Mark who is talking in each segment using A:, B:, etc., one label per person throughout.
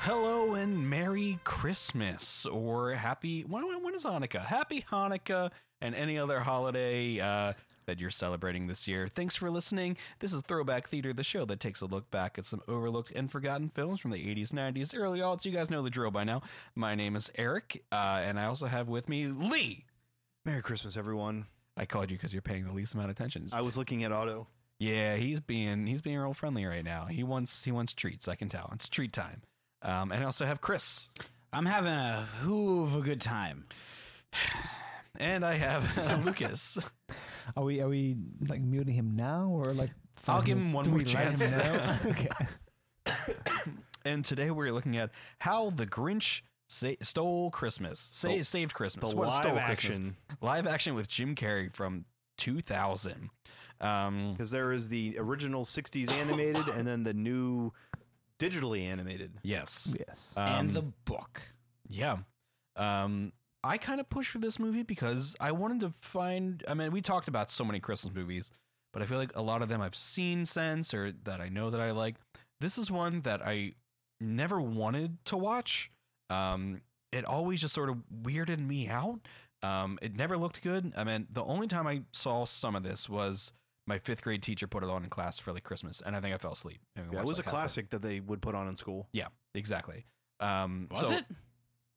A: Hello and Merry Christmas or Happy when, when- when is Hanukkah? Happy Hanukkah and any other holiday uh, that you're celebrating this year. Thanks for listening. This is Throwback Theater, the show that takes a look back at some overlooked and forgotten films from the 80s, 90s, early aughts. You guys know the drill by now. My name is Eric, uh, and I also have with me Lee.
B: Merry Christmas, everyone.
A: I called you because you're paying the least amount of attention.
B: I was looking at Otto.
A: Yeah, he's being he's being real friendly right now. He wants he wants treats. I can tell it's treat time. Um, and I also have Chris.
C: I'm having a whoo of a good time.
A: And I have uh, Lucas.
D: Are we are we like muting him now or like?
A: I'll
D: five
A: give
D: minutes-
A: him one
D: do
A: more
D: we let him
A: chance.
D: know? okay.
A: and today we're looking at how the Grinch sa- stole Christmas, sa-
B: The-
A: saved Christmas,
B: the
A: What, stole
B: live
A: Christmas.
B: action.
A: live action with Jim Carrey from 2000. Um,
B: Because there is the original 60s animated and then the new digitally animated.
A: yes,
D: Yes.
C: and the book.
A: Um, Yeah. Um I kind of pushed for this movie because I wanted to find I mean, we talked about so many Christmas movies, but I feel like a lot of them I've seen since or that I know that I like. This is one that I never wanted to watch. Um it always just sort of weirded me out. Um it never looked good. I mean, the only time I saw some of this was my 5th grade teacher put it on in class for like Christmas and I think I fell asleep. and we
B: Yeah, it
A: watched,
B: was a
A: like, half of
B: classic that they would put on in school,
A: Yeah, exactly. Um
C: Was
A: so-
C: it?
B: at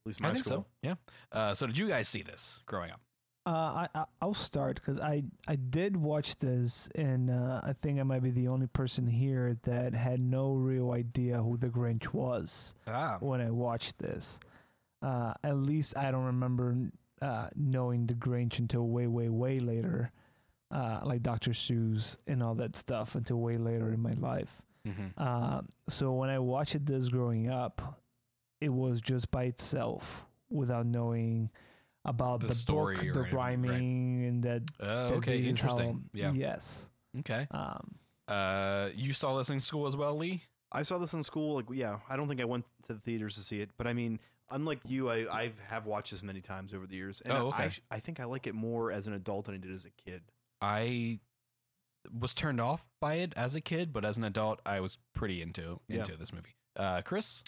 B: least my
A: I think
B: school.
A: so. Yeah. Uh, so did you guys see this growing up?
D: Uh, I, I I'll start because I I did watch this and uh, I think I might be the only person here that had no real idea who the Grinch was
A: Ah.
D: when I watched this. Uh, at least I don't remember uh, knowing the Grinch until way way way later, uh, like Dr. Seuss and all that stuff until way later in my life.
A: Mm-hmm.
D: Uh, so when I watched this growing up, it was just by itself without knowing about
A: The
D: the,
A: story
D: book,
A: or
D: the
A: anything, right.
D: rhyming, and that.
A: Oh,
D: that
A: okay.
D: this is how-
A: Interesting. yeah.
D: Yes.
A: Okay.
D: Um,
A: Uh, you saw this in school as well, Lee?
B: I saw this in school. Like, yeah, I don't think I went to the theaters to see it, but I mean, unlike you, I I've, have watched this many times over the years, and
A: Oh, okay.
B: I, I think I like it more as an adult than I did as a kid.
A: I was turned off by it as a kid, but as an adult, I was pretty into
B: Yeah.
A: into this movie. Uh, Chris?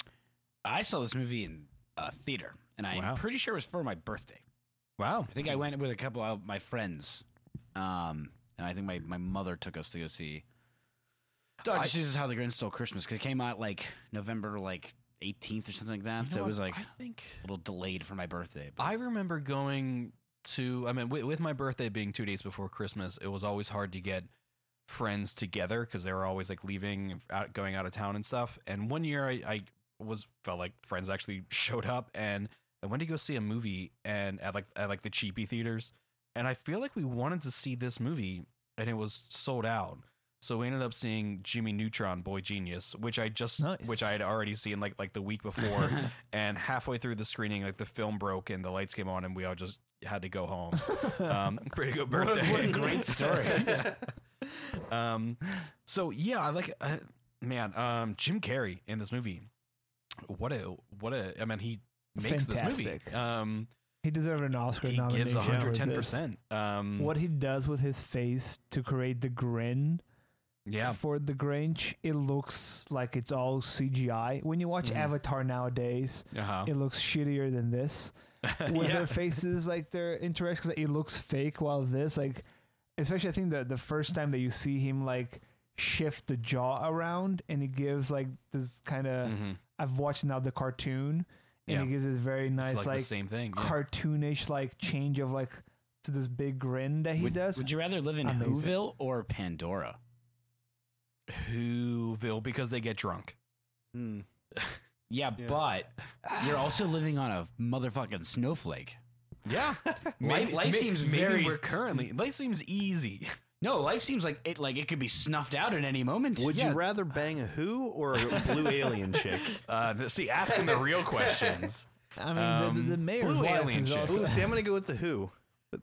C: I saw this movie in a theater, and I'm
A: Wow. Hmm.
C: pretty sure it was for my birthday.
A: Wow.
C: I think I went with a couple of my friends, um, and I think my, my mother took us to go see Doctor Seuss's How the Grinch Stole Christmas because it came out like November like 18th or something like that. so it was like
A: I
C: a
A: think
C: little delayed for my birthday. But
A: I remember going to. I mean, with, with my birthday being two days before Christmas, it was always hard to get friends together because they were always like leaving, out, going out of town and stuff. And one year, I, I was felt like friends actually showed up, and I went to go see a movie and at like at like the cheapy theaters, and I feel like we wanted to see this movie, and it was sold out. So we ended up seeing Jimmy Neutron, Boy Genius, which I just,
D: Nice.
A: which I had already seen like like the week before, and halfway through the screening, like the film broke and the lights came on, and we all just had to go home. Um, pretty good birthday.
C: what a great story.
A: Um, so yeah, I like uh, man, um, Jim Carrey in this movie. What a what a I mean he makes this
D: Fantastic.
A: movmovie. Um,
D: he deserved an Oscar
A: he
D: nomination.
A: gives
D: for this.
A: 110. percent Um,
D: What he does with his face to create the grin
A: Yeah,
D: for the Grinch, it looks like it's all CGI. When you watch
A: Mm-hmm.
D: Avatar nowadays,
A: uh-huh.
D: it looks shittier than this. With
B: Yeah.
D: their faces, like their interactions, it looks fake. While this, like, especially I think the the first time that you see him like shift the jaw around, and it gives like this kind of.
A: Mm-hmm.
D: I've watched now the cartoon, and
A: Mm. Yeah.
D: it gives this very nice
A: it's like,
D: like,
A: the same thing. yeah.
D: cartoonish like change of like to this big grin that he
C: would,
D: does.
C: would you rather live in
D: Amazing.
C: Whoville or Pandora?
A: Whoville because they get drunk.
B: Hmm.
C: Yeah, but you're also living on a motherfucking snowflake.
A: Yeah,
C: Life- life seems
A: maybe
C: very-
A: we're currently life seems easy.
C: No, life seems like it like it could be snuffed out at any moment.
B: Would
C: Yeah.
B: you rather bang a who or a blue alien chick?
A: Uh, th- see, asking the real questions.
D: I mean, the, the, the
A: Um,
D: mayor's
A: blue
D: wife
A: alien
D: is
A: shit.
D: also.
B: Ooh, see, I'm gonna go with the who.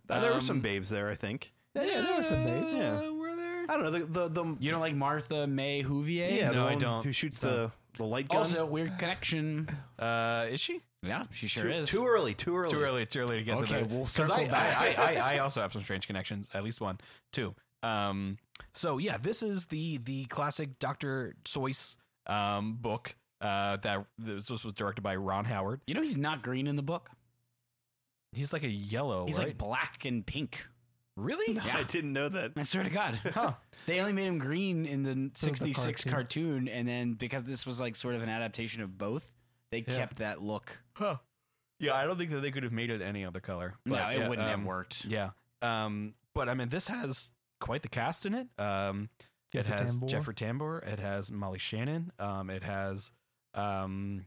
B: Uh, there were some babes there, I think.
D: Yeah, yeah, there were some babes.
B: Yeah.
A: were there?
B: I don't know the the, the
C: You don't like Martha May Huvier?
B: yeah
A: No,
B: the
A: I
B: one
A: don't.
B: Who shoots the the light gun?
C: Also, weird connection.
A: Uh, is she?
C: Yeah, she sure
B: too,
C: is.
B: too early. Too early.
A: Too early. Too early to get
C: Oh, Okay,
A: to that.
C: we'll
A: 'Cause
C: circle
A: I,
C: back.
A: I, I, I, I also have some strange connections. At least one, two. Um, so yeah, this is the the classic Doctor Seuss um book. Uh, that this was was directed by Ron Howard.
C: You know he's not green in the book.
A: He's like a yellow,
C: He's
A: Oh, right?
C: like black and pink.
A: really?
C: Yeah.
B: I didn't know that.
C: I swear to God.
A: Huh.
C: They only made him green in the
D: the
C: 66
D: cartoon.
C: cartoon. and then because this was like sort of an adaptation of both, they
A: Yeah.
C: kept that look.
A: Huh. Yeah, I don't think that they could have made it any other color.
C: no,
A: But,
C: it
A: yeah,
C: wouldn't have
A: um,
C: worked.
A: Yeah. Um, but I mean, this has quite the cast in it. Um, it
D: Jeffrey
A: has
D: Tambor.
A: Jeffrey Tambor. It has Molly Shannon. Um, it has, um,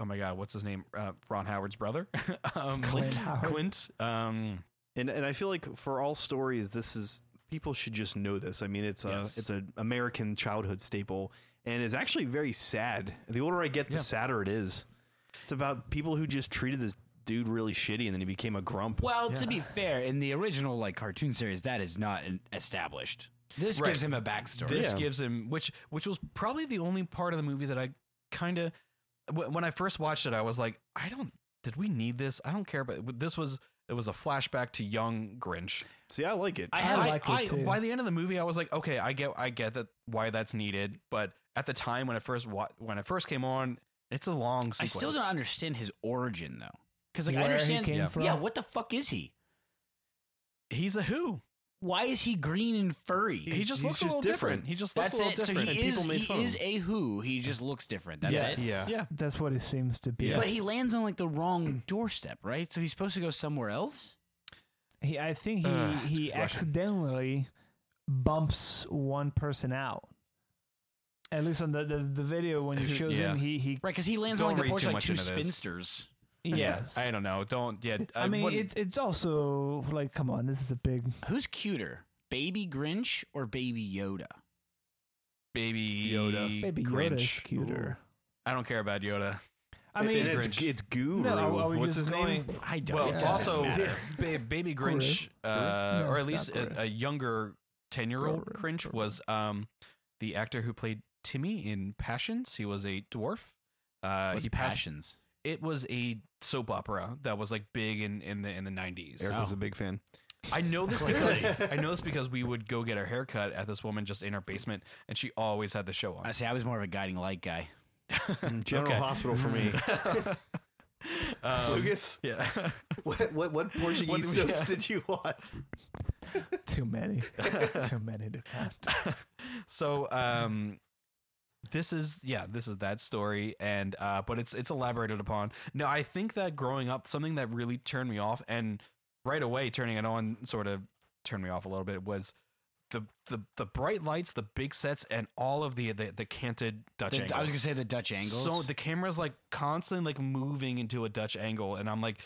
A: oh my God, what's his name? Uh, Ron Howard's brother, um,
D: Clint Howard.
A: Clint. Um,
B: And and I feel like for all stories, this is people should just know this. I mean, it's a
A: Yes.
B: it's an American childhood staple, and is actually very sad. The older I get, the
A: Yeah.
B: sadder it is. It's about people who just treated this dude really shitty, and then he became a grump.
C: Well, to be fair, in the original like cartoon series, that is not an- established. This
A: Right.
C: gives him a backstory.
A: this
B: Yeah.
A: gives him which which was probably the only part of the movie that I kind of wh- when I first watched it I was like I don't did we need this I don't care but this was it was a flashback to young Grinch
B: See, I like it.
C: I,
D: I
C: have,
D: like it too.
A: By the end of the movie, I was like, okay, I get, I get that why that's needed. But at the time when I first wa- when I first came on, it's a long
C: I
A: sequence.
C: still don't understand his origin though. Because like
D: Where
C: I
D: he
C: understand,
D: came
C: yeah.
D: from.
C: What the fuck is he?
A: He's a who.
C: Why is he green and furry?
A: He just
B: he's
A: looks a
B: just
A: little different.
B: different.
A: He just looks
C: that's
A: a little
C: it. So
A: different.
C: he
A: and
C: is
A: people "Oh, made
C: he
A: fun of
C: is
A: him.
C: a who. He just looks different. That's
B: Yes.
C: it.
B: Yeah.
A: yeah.
D: That's what it seems to be.
B: Yeah.
C: But he lands on like the wrong doorstep, right? So he's supposed to go somewhere else.
D: He, I think he,
A: Ugh, it's
D: he
A: Russian.
D: accidentally bumps one person out. At least on the, the, the video when he shows
A: Yeah.
D: him, he he
C: Right, because he lands
A: Don't
C: on like the
A: read
C: porch
A: too
C: like
A: much
C: two
A: into this.
C: spinsters.
D: yes.
A: I don't know. Don't yeah.
D: I, mean,
A: wouldn't-
D: it's it's also like, come on, this is a big.
C: Who's cuter, Baby Grinch or Baby Yoda?
A: baby
B: Yoda.
D: Maybe
A: Grinch.
D: Yoda is cuter.
A: I don't care about Yoda.
D: I mean,
B: and it's
A: Grinch.
B: it's Guru.
D: no, are- are we
B: What's
D: just
B: his
D: Ah, going?
B: name?
C: I don't.
A: Well,
C: it doesn't
A: also
C: matter.
A: ba- baby Grinch, uh,
D: No,
A: or at
D: it's
A: least
D: not Gru.
A: a, a younger ten year old
D: Gru,
A: Grinch
D: Gru.
A: was um, the actor who played Timmy in Passions. He was a dwarf. Uh,
C: What's
A: he passed
C: passions.
A: it was a soap opera that was like big in, in the in the nineties.
B: Eric was a big fan.
A: I know this because I know this because we would go get our haircut at this woman just in our basement, and she always had the show
C: I
A: on.
C: say I was more of a guiding light guy.
B: General
A: Okay.
B: Hospital for me.
A: Um,
B: Lucas,
A: Yeah.
B: what what, what Portuguese
A: What-
B: soaps
A: yeah.
B: did you watch?
D: Too many, too many to count.
A: so um, this is yeah, this is that story, and uh, but it's it's elaborated upon. No, I think that growing up, something that really turned me off, and right away turning it on sort of turned me off a little bit was. The, the the bright lights, the big sets, and all of the the, the canted Dutch
C: The-
A: angles.
C: I was gonna say the Dutch angles.
A: So the camera's like constantly like moving into a Dutch angle, and I'm like,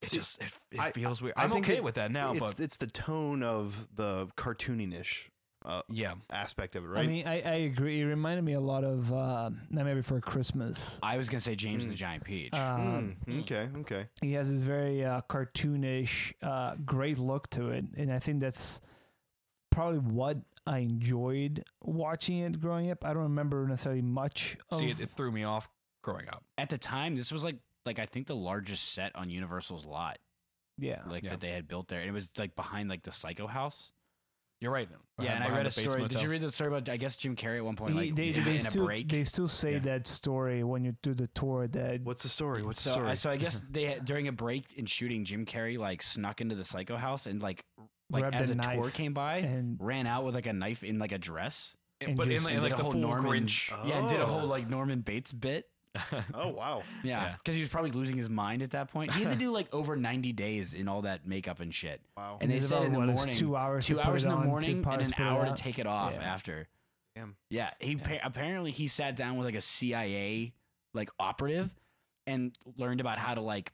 A: it
B: See,
A: just it, it
B: I-
A: feels weird.
B: I
A: I'm
B: think
A: okay
B: it-
A: with that now,
B: it's
A: but
B: it's the tone of the cartooniness uh,
A: yeah,
B: aspect of it, right?
D: I mean, I, I agree. It reminded me a lot of uh, Nightmare Before Christmas.
C: I was gonna say James
A: Mm.
C: and the Giant Peach.
D: Uh,
B: Mm, okay, okay.
D: He has this very uh, cartoonish, uh, great look to it, and I think that's probably what I enjoyed watching it growing up. I don't remember necessarily much. Of,
A: see, it, it threw me off growing up.
C: At the time, this was like like I think the largest set on Universal's lot,
D: yeah,
C: like
A: Yeah.
C: that they had built there, and it was like behind like the Psycho House.
A: You're right.
C: yeah, and I
A: Behind
C: read
A: the
C: a
A: Bates
C: story. Did
A: Motel.
C: you read the story about I guess Jim Carrey at one point
D: He-
C: like
D: they,
C: in,
D: they
C: in a
D: still
C: break?
D: they still say
A: Yeah.
D: that story when you do the tour that
B: What's the story? What's
C: so,
B: the story?
C: I, so I guess they had, during a break in shooting, Jim Carrey like snuck into the Psycho House and like like
D: Grabbed
C: as
D: a
C: a tour
D: knife
C: came by,
D: and
C: ran out with like a knife in like a dress.
A: And- but in,
D: just-
A: like- in, like
C: Did
A: the
C: a
A: whole
C: whole Norman- uh,
A: Grinch.
B: Oh.
C: Yeah, and did a whole like Norman Bates bit.
B: oh wow.
C: Yeah,
A: Yeah.
C: because he was probably losing his mind at that point. He had to do like over ninety days in all that makeup and shit.
B: Wow.
C: And they
D: It's about,
C: said in the
D: what, it's
C: morning,
D: two hours
C: two
D: to put
C: hours
D: it
C: in the
D: on, two
C: morning, and
D: hours
C: an
D: to put it
C: hour to
D: out.
C: take it off
D: Yeah.
C: after.
B: Damn.
C: Yeah, he pa- apparently he sat down with like a CIA like operative and learned about how to like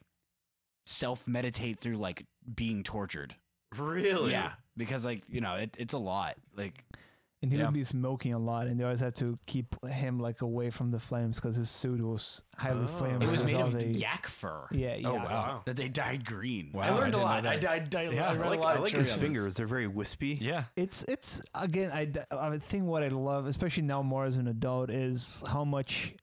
C: self meditate through like being tortured.
B: Really?
C: Yeah, because like you know it, it's a lot. Like
D: And he
A: Yeah.
D: would be smoking a lot, and they always had to keep him like away from the flames because his suit was highly
B: Oh.
D: flammable.
C: it was
D: with
C: made
D: all
C: of
D: the-
C: yak fur
D: Yeah, yeah.
A: Oh, wow.
C: that they dyed green.
A: Wow,
C: I learned
A: I
C: a
A: didn't
C: lot.
A: know
C: I
A: that.
C: died. died
A: Yeah,
C: I
A: I
C: read
B: I like,
C: a lot
B: I
C: of
B: like
C: trivia
B: his
C: on this.
B: fingers. They're very wispy.
A: Yeah.
D: It's it's again. I d- I think what I love, especially now more as an adult, is how much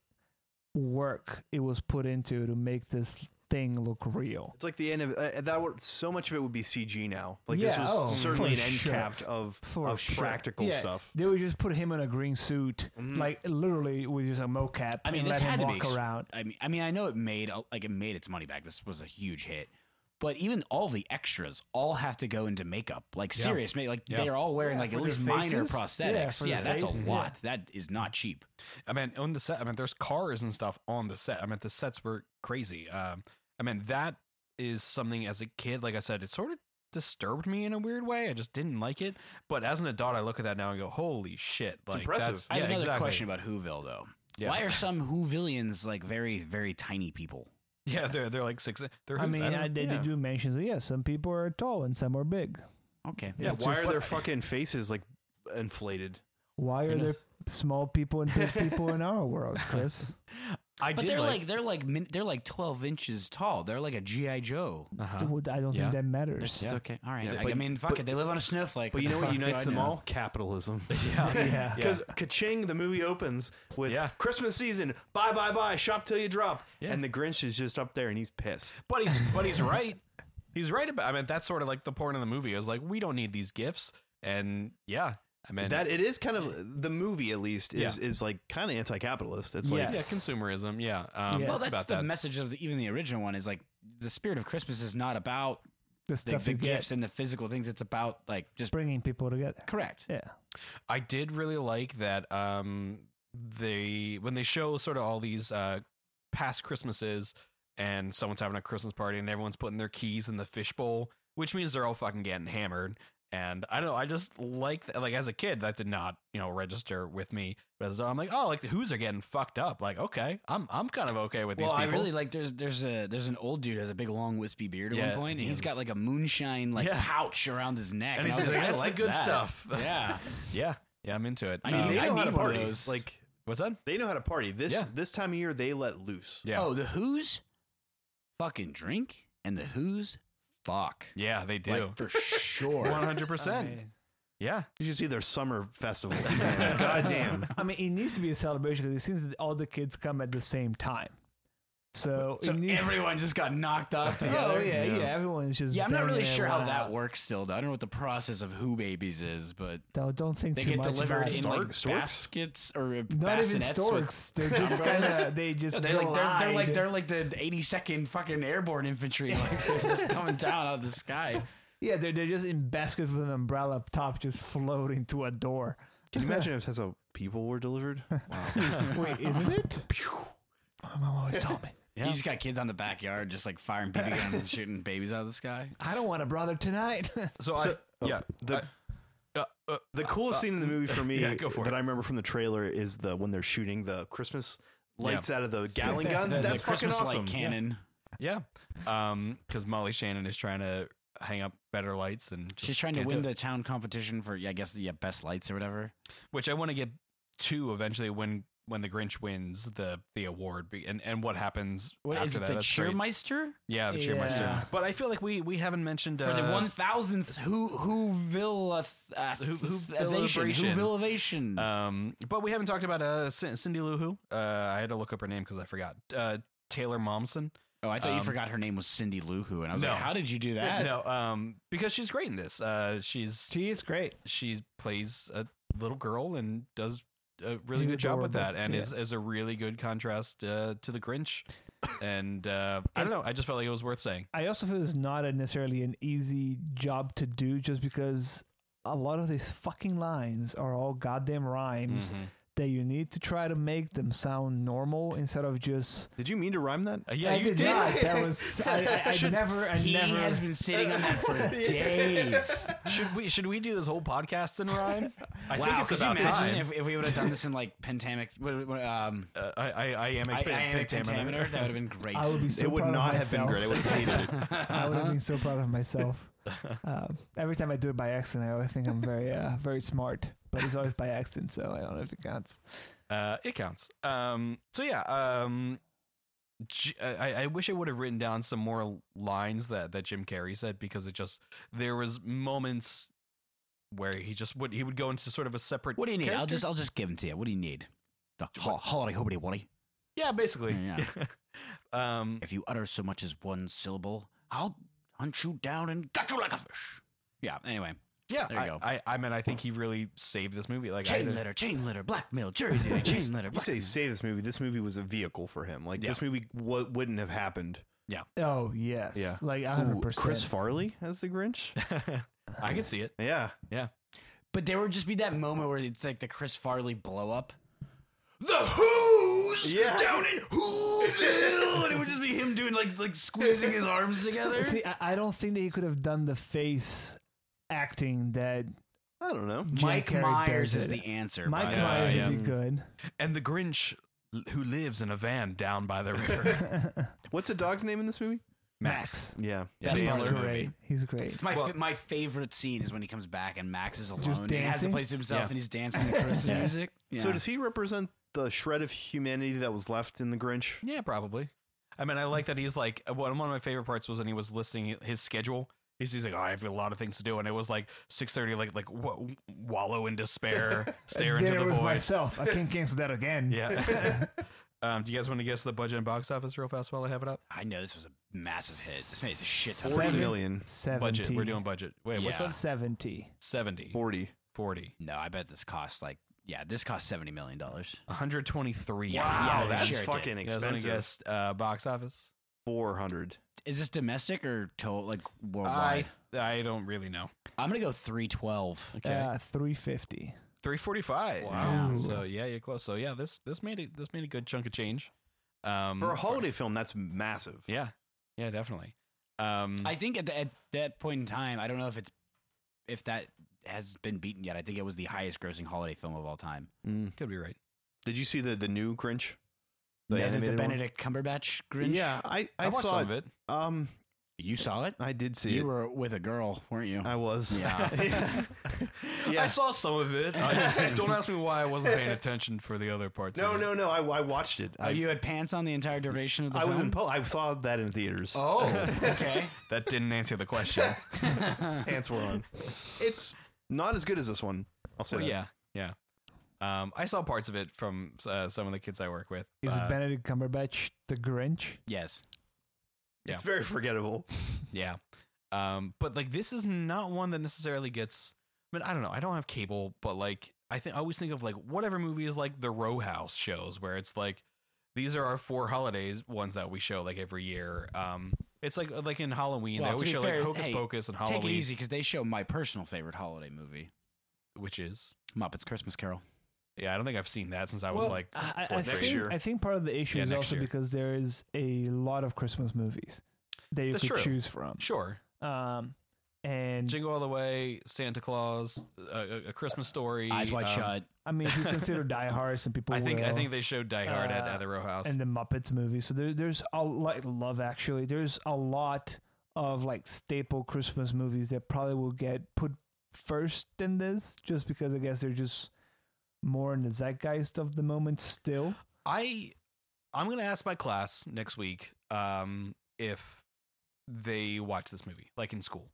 D: work it was put into to make this thing look real.
B: It's like the end of uh, that. Would, so much of it would be CG now. Like this
D: Yeah,
B: was
D: oh,
B: certainly an
D: for
B: end
D: sure.
B: cap of,
D: For
B: of
D: sure.
B: practical
D: Yeah.
B: stuff.
D: They would just put him in a green suit, like literally with just a mocap.
C: I mean,
D: and
C: this
D: let
C: had
D: him
C: to be.
D: walk
C: ex-
D: around.
C: I mean, I mean, I know it made a- like it made its money back. This was a huge hit, but even all the extras all have to go into makeup. Like
A: Yeah.
C: serious, ma- like
A: Yeah.
C: they are all wearing like
D: for
C: at
D: their
C: least minor
D: faces.
C: prosthetics.
D: Yeah, for
C: Yeah,
D: their
C: that's
D: faces,
C: a
D: yeah.
C: lot. That is not cheap.
A: I mean, on the set, I mean, there's cars and stuff on the set. I mean, the sets were crazy. Um, I mean, that is something as a kid, like I said, it sort of disturbed me in a weird way. I just didn't like it. But as an adult, I look at that now and go, holy shit. Like,
B: impressive.
A: that's-
C: I have
A: yeah,
C: another
A: exactly.
C: question about Whoville though.
A: Yeah.
C: Why are some Whovillians like very very tiny people?
A: Yeah, they're, they're like six. They're,
D: I mean,
A: don't-
D: I, they, they
B: yeah.
D: do mention, so yeah, some people are tall and some are big.
C: Okay,
B: Yeah,
D: It's
B: why
D: just-
B: are their fucking faces like inflated?
D: Why are
A: knows?
D: there small people and big people in our world, Chris?
A: I
C: but
A: did
C: they're
A: like,
C: like, they're like min- they're like twelve inches tall. They're like a GI Joe.
A: uh-huh.
D: Dude, I don't
A: Yeah.
D: think that matters.
C: It's okay, all right.
A: Yeah,
C: I- I
A: but-
C: mean, fuck it. They live on a snowflake.
B: But
C: What
B: you
C: the
B: know what
C: fuck do
B: unites
C: I
B: them
C: know?
B: all? Capitalism.
D: Yeah.
B: Because Kaching, the movie opens with
A: Yeah.
B: Christmas season, buy, buy, buy, shop till you drop. And the Grinch is just up there and he's pissed.
A: But he's but he's right. He's right about. I mean, that's sort of like the point of the movie. Is like we don't need these gifts, and yeah, I mean
B: That it is kind of the movie at least is
A: Yeah.
B: is like kind of anti-capitalist. It's like
A: yeah,
D: Yes.
A: consumerism. Yeah, um,
D: Yeah.
A: it's
C: well, that's
A: about
C: the
A: that.
C: message of the, even the original one is like the spirit of Christmas is not about
D: The
C: the,
D: stuff
C: the
D: you get,
C: gifts and the physical things. It's about like just
D: bringing people together.
C: correct.
D: Yeah.
A: I did really like that. Um, they when they show sort of all these uh past Christmases, and someone's having a Christmas party, and everyone's putting their keys in the fishbowl, which means they're all fucking getting hammered. And I don't know. I just like that. Like as a kid, that did not you know register with me. But as I'm like, oh, like the Who's are getting fucked up. Like okay, I'm I'm kind of okay with
C: Well,
A: these
C: I
A: people.
C: really like there's there's a there's an old dude who has a big long wispy beard at
A: Yeah.
C: one point, and he's got like a moonshine like
A: Yeah.
C: pouch around his neck,
A: and he's
C: I was
A: like,
C: like, I
A: that's
C: like
A: the good
C: that."
A: stuff.
C: Yeah,
A: yeah, yeah, I'm into it.
C: I
B: I mean,
A: Um,
C: need-
B: they know how to
C: need one of
B: party.
C: those.
B: Like
A: what's that?
B: they know how to party. This
A: Yeah.
B: this time of year they let loose.
A: Yeah,
C: Oh, the Who's fucking drink and the Who's fuck.
A: yeah, they do.
C: Like for sure.
A: One hundred percent.
D: mean-
A: Yeah,
B: You should see their summer festivals. man. God damn.
D: I mean, it needs to be a celebration because it seems that all the kids come at the same time. So,
C: so
D: it needs,
C: everyone just got knocked up together.
D: Oh yeah, yeah. Everyone's just.
C: Yeah, I'm not really
D: banging
C: sure how
D: everyone
C: that
D: out.
C: works still. Though. I don't know what the process of Who Babies is, but
D: Don't don't think
C: they
D: too
C: get
D: much about
C: delivered in
D: it.
B: Stork-
C: like
B: storks?
C: baskets or uh,
D: Not even
C: bassinets with-
D: storks. They're just kind of. They just.
C: They like they're, they're like
D: glide.
C: they're like the eighty second fucking airborne infantry, like they're just coming down out of the sky.
D: Yeah, they're they're just in baskets with an umbrella up top, just floating to a door.
B: Can you imagine if that's how people were delivered?
D: Wait, isn't it? My mom always told me.
C: You just got kids on the backyard, just like firing BB guns and shooting babies out of the sky.
D: I don't want a brother tonight.
A: So,
B: So-
A: I, yeah,
B: The
A: I- uh, uh,
B: the coolest scene in the movie for me
A: yeah, go for
B: that
A: it.
B: I remember from the trailer is the when they're shooting the Christmas lights out of the Gatling gun.
C: The- the
B: That's fucking
C: Christmas light
B: awesome.
C: cannon.
A: yeah, um, because Molly Shannon is trying to hang up better lights and just
C: She's trying to
A: can't
C: win
A: do it.
C: the town competition for yeah, I guess yeah, best lights or whatever.
A: which I want to get to eventually when when the Grinch wins the the award be- and and what happens
C: What
A: after
C: is
A: that?
C: it? The
A: That's great.
C: cheermeister
A: Yeah, the cheermeister.
D: Yeah.
A: But I feel like we we haven't mentioned uh,
C: for the one thousandth who whoville uh, uh,
A: Who-
C: ovation
A: Whovilivation.
C: whovillivation.
A: Um, but we haven't talked about uh Cin- Cindy Lou Who. Uh, I had to look up her name because I forgot. Uh, Taylor Momsen.
C: oh, I thought
A: um,
C: you forgot her name was Cindy Lou Who, and I was
A: No.
C: like, how did you do that?
A: No, um, because she's great in this. Uh, she's
D: she is great.
A: she plays a little girl and does a really
D: She's
A: good job with that
D: adorable.
A: and
D: Yeah.
A: is, is a really good contrast uh, to the grinch and uh, i don't know i just felt like it was worth saying
D: I also feel it's not a necessarily an easy job to do, just because a lot of these fucking lines are all goddamn rhymes that you need to try to make them sound normal instead of just.
B: Did you mean to rhyme that?
A: Uh, yeah
D: I
A: you
D: did,
A: did
D: not. That was I, I, I
A: Should-
D: never. I
C: He
D: never.
C: has been sitting on that for days.
A: should we should we do this whole podcast in rhyme i
C: wow,
A: think it's
C: could
A: about
C: you imagine
A: time
C: If, if we would have done this in like pentamic, what- what, um,
A: uh, I, I i am a
C: I,
A: pent-
C: I am a pentameter,
A: pentameter
C: that would have been great.
D: I would be so
B: it would
D: proud
B: not
D: of
B: have been
D: myself.
B: great. I would have hated it.
D: I would have been so proud of myself. Uh, every time I do it by accident, I always think I'm very, uh, very smart, but it's always by accident, so I don't know if it counts.
A: Uh, it counts. Um, so yeah, um, J- I, I wish I would have written down some more lines that, that Jim Carrey said because it just there was moments where he just would he would go into sort of a separate.
C: What do you need? I'll
A: character.
C: just I'll just give them to you. What do you need? The ho- holiday hobbity wobbly.
A: yeah, basically.
C: Yeah,
A: um,
C: If you utter so much as one syllable, I'll hunt you down and gut you like a fish. Yeah. Anyway,
A: yeah.
C: There you
A: I,
C: go.
A: I I mean I think he really saved this movie. Like I
C: chain
A: had a-
C: letter, chain letter, blackmail, jury duty, chain letter.
B: You say
C: blackmail.
B: say this movie. This movie was a vehicle for him. Like
A: Yeah.
B: this movie w- wouldn't have happened.
D: Oh yes,
B: Yeah.
D: like 100.
B: Ooh,
D: percent.
B: Chris Farley as the Grinch.
A: I could see it.
B: Yeah,
C: But there would just be that moment where it's like the Chris Farley blow up. The Who's
B: Yeah.
C: down in Whoville, and it would just be him doing like like squeezing his arms together.
D: See, I, I don't think that he could have done the face acting that
B: I don't know.
D: Jim
C: Mike
D: Carrey
C: Myers
D: does
C: is
D: it.
C: the answer.
D: Mike
C: by the way.
D: Myers
A: yeah.
D: would be good.
A: And the Grinch l- who lives in a van down by the river.
B: What's a dog's name in this movie?
A: Max.
B: Yeah,
A: That's
D: He's
A: Best
B: Baylor.
A: Miller
D: great.
A: movie.
D: He's great.
C: My fa- my favorite scene is when he comes back and Max is alone
D: Just
C: and has the
D: dancing?
C: place to himself
A: Yeah.
C: and he's dancing the Christmas music.
B: So does he represent the shred of humanity that was left in the Grinch?
A: Yeah, probably. I mean, I like that he's like uh, one one of my favorite parts was when he was listing his schedule. He's, he's like, oh, I have a lot of things to do, and it was like six thirty, like like w- wallow in despair, stare into
D: there
A: the
D: was
A: void.
D: myself. I can't cancel that again.
A: Yeah. um, do you guys want to guess the budget and box office real fast while I have it up?
C: I know this was a massive hit. This made a shit ton. of
B: Forty
D: Seven.
B: million.
D: Seventy.
A: Budget. We're doing budget. Wait, what's
C: Yeah.
A: that?
D: seventy?
A: 70,
B: Forty.
A: 40,
C: No, I bet this cost like yeah, this cost seventy million dollars.
A: 123.
C: Wow,
B: Wow,
C: Yeah,
B: that's
C: sure it did.
B: fucking
A: You guys want to
B: expensive.
A: guess uh, box office?
B: Four hundred.
C: Is this domestic or total like
A: I
B: Oh
C: worldwide?
A: I don't really know.
C: I, am gonna go three twelve.
A: Okay.
D: Uh, Three fifty.
A: 345.
B: Wow.
A: Yeah, So yeah, you're close. So yeah, this this made it this made a good chunk of change. Um
B: For a holiday film, that's massive.
A: Yeah. Yeah, definitely. Um
C: I think at, the, at that point in time, I don't know if it's if that has been beaten yet. I think it was the highest grossing holiday film of all time.
B: Mm.
A: could be right.
B: Did you see the the new Grinch? The
C: Yeah,
B: animated one?
C: Benedict Cumberbatch Grinch.
B: Yeah, I
A: I,
B: I,
A: watched
B: saw
A: some
B: it.
A: of it.
B: Um,
C: you saw it.
B: I did see
C: You
B: it.
C: were with a girl, weren't you?
B: I was.
C: Yeah.
B: Yeah.
A: I saw some of it. I, don't ask me why I wasn't paying attention for the other parts.
B: No,
A: of it.
B: no, no. I, I watched it.
C: oh,
B: I,
C: you had pants on the entire duration of the
B: I
C: film.
B: was in. Po- I saw that in theaters.
C: oh, okay.
A: That didn't answer the question.
B: Pants were on. It's not as good as this one. I'll say
A: But
B: that.
A: yeah, yeah. Um, I saw parts of it from uh, some of the kids I work with.
D: Is
A: uh,
D: Benedict Cumberbatch the Grinch?
C: Yes.
A: Yeah.
B: It's very forgettable.
A: Yeah. Um, but like this is not one that necessarily gets I mean, I don't know, I don't have cable, but like I think I always think of like whatever movie is like the row house shows where it's like these are our four holidays ones that we show like every year. Um it's like like in Halloween,
C: Well,
A: they always
C: to be
A: show
C: fair,
A: like Hocus
C: hey,
A: Pocus and
C: Take
A: Halloween
C: it easy because they show my personal favorite holiday movie,
A: which is
C: Muppets Christmas Carol.
A: yeah, I don't think I've seen that since I was like
D: I, I- I
A: fourth grade.
D: think,
B: Sure.
D: I think part of the issue
A: Yeah,
D: is
A: next
D: also
A: year.
D: because there is a lot of Christmas movies that you
A: That's
D: could
A: true.
D: choose from.
A: Sure.
D: Um, and
A: Jingle All the Way, Santa Claus, uh, a, a Christmas Story,
C: Eyes Wide
A: um,
C: Shut.
D: I mean, if you consider Die Hard, some people
A: I think I
D: will,
A: think they showed Die Hard at,
D: Uh,
A: at the Row House.
D: and the Muppets movie. So there, there's a lot. Love Actually, there's a lot of like staple Christmas movies that probably will get put first in this, just because I guess they're just more in the zeitgeist of the moment still.
A: I I'm gonna ask my class next week um, if they watch this movie, like in school,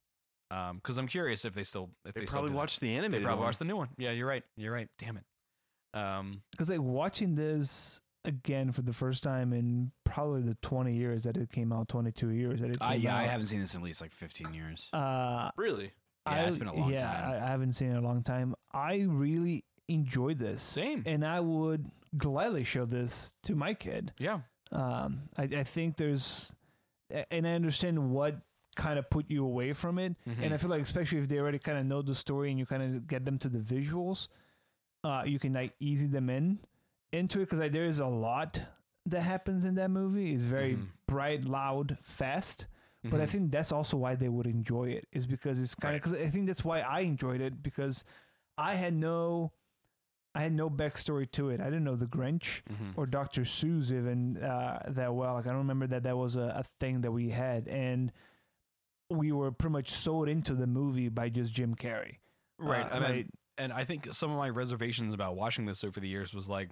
A: because I'm curious if they still if they,
B: They,
A: still
B: probably
A: do that.
B: watched the
A: they
B: animated.
A: probably
B: one.
A: watched the new one. Yeah, you're right. You're right. Damn it. Um,
D: Because like watching this again for the first time in probably the 20 years that it came out, 22 years that it came
C: I, yeah,
D: out.
C: I haven't seen this in at least like 15 years.
D: Uh,
B: really.
C: Yeah,
D: I,
C: it's been a long
D: yeah,
C: time.
D: I, I haven't seen it in a long time. I really enjoyed this,
A: same.
D: and I would gladly show this to my kid.
A: yeah.
D: Um, I, I think there's, a- and I understand what kind of put you away from it.
A: Mm-hmm.
D: And I feel like, especially if they already kind of know the story and you kind of get them to the visuals, uh, you can like easy them in into it because like, there is a lot that happens in that movie. It's very
A: Mhm.
D: bright, loud, fast. But I
A: Mhm.
D: think that's also why they would enjoy it is because it's kind of because I think that's why I enjoyed it because I had no, I had no backstory to it. I didn't know the Grinch
A: Mhm.
D: or Dr. Seuss even uh, that well. Like I don't remember that that was a, a thing that we had, and we were pretty much sold into the movie by just Jim Carrey.
A: Right.
D: Uh,
A: I mean,
D: right.
A: and I think some of my reservations about watching this over the years was like,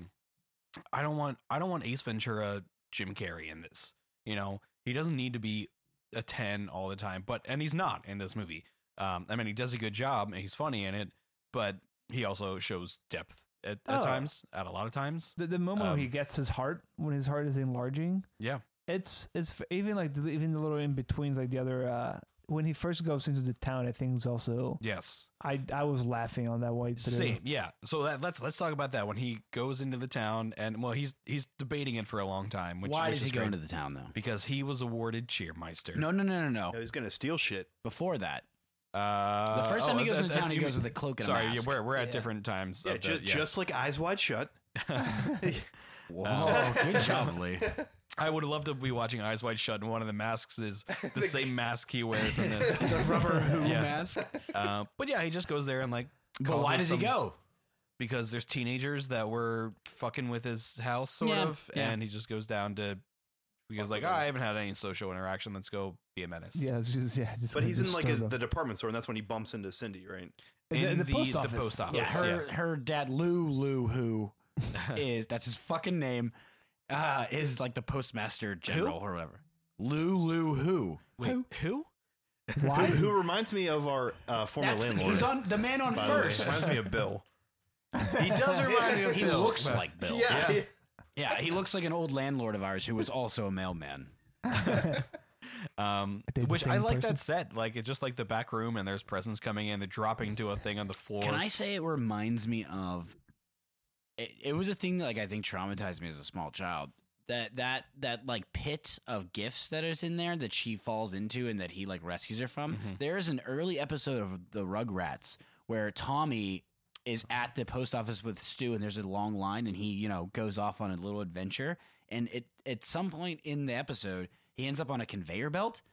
A: I don't want, I don't want Ace Ventura, Jim Carrey in this. You know, he doesn't need to be a ten all the time, but and he's not in this movie. Um, I mean, he does a good job and he's funny in it, but he also shows depth at, at
D: Oh.
A: times, at a lot of times.
D: The, the moment
A: Um,
D: where he gets his heart, when his heart is enlarging,
A: Yeah.
D: it's it's f- even like the, even the little in betweens, like the other uh, when he first goes into the town. I think is also
A: Yes.
D: I I was laughing on that way
C: uh,
D: through.
A: Same, yeah. So that, let's let's talk about that when he goes into the town and well, he's he's debating it for a long time. Which,
C: Why
A: which
C: does he
A: is
C: go
A: great.
C: into the town though?
A: Because he was awarded cheermeister.
C: No, no, no, no,
B: No,
C: no.
B: he's gonna steal shit.
C: Before that,
A: Uh,
C: the first time
A: oh,
C: he goes
A: that-
C: into
A: that-
C: town, he
A: you
C: goes
A: mean-
C: with a cloak and
A: Sorry,
C: a
A: yeah,
C: mask.
A: we're we're at
D: Yeah.
A: different times.
B: Yeah,
A: of the-
B: ju-
A: yeah.
B: just like Eyes Wide Shut.
A: uh,
C: Whoa, good job, Lee.
A: I would love to be watching Eyes Wide Shut, and one of the masks is the same mask he wears in this.
B: The rubber who
A: Yeah.
C: mask.
A: Uh, but yeah, he just goes there and like.
C: But
A: causes
C: why does he
A: some-
C: go?
A: Because there's teenagers that were fucking with his house, sort
C: Yeah,
A: of,
C: yeah.
A: and he just goes down to. He goes
B: Fuck
A: like,
B: with
A: "Ah,
B: them.
A: I haven't had any social interaction. Let's go be a menace.
D: Yeah, it's just, yeah. Just
B: But
D: like
B: he's in like a,
D: disturb
B: the department store, and that's when he bumps into Cindy, right?
D: him.
A: in
D: the,
A: the-
D: post
A: the
D: office.
A: post office.
C: Yeah,
A: Yes,
C: her her dad Lou Lou who is that's his fucking name uh, is like the postmaster general or whatever. Lou Lou who?
A: Wait, who?
B: Who,
D: Why?
B: who reminds me of our uh, former
C: That's the,
B: landlord.
C: he's on the man on
B: by the way.
C: first.
B: Reminds me of Bill.
A: He does remind me of
C: He
A: Bill.
C: looks like Bill.
A: Yeah.
B: yeah.
C: Yeah, he looks like an old landlord of ours who was also a mailman.
A: Um,
D: They're the
A: which I
D: same
A: like
D: person.
A: that set. Like it's just like the back room, and there's presents coming in. They're dropping to a thing on the floor.
C: Can I say it reminds me of? It, it was a thing that, like I think traumatized me as a small child. That that that like pit of gifts that is in there that she falls into and that he like rescues her from.
A: Mhm.
C: There is an early episode of the Rugrats where Tommy is at the post office with Stu and there's a long line and he you know goes off on a little adventure and it at some point in the episode he ends up on a conveyor belt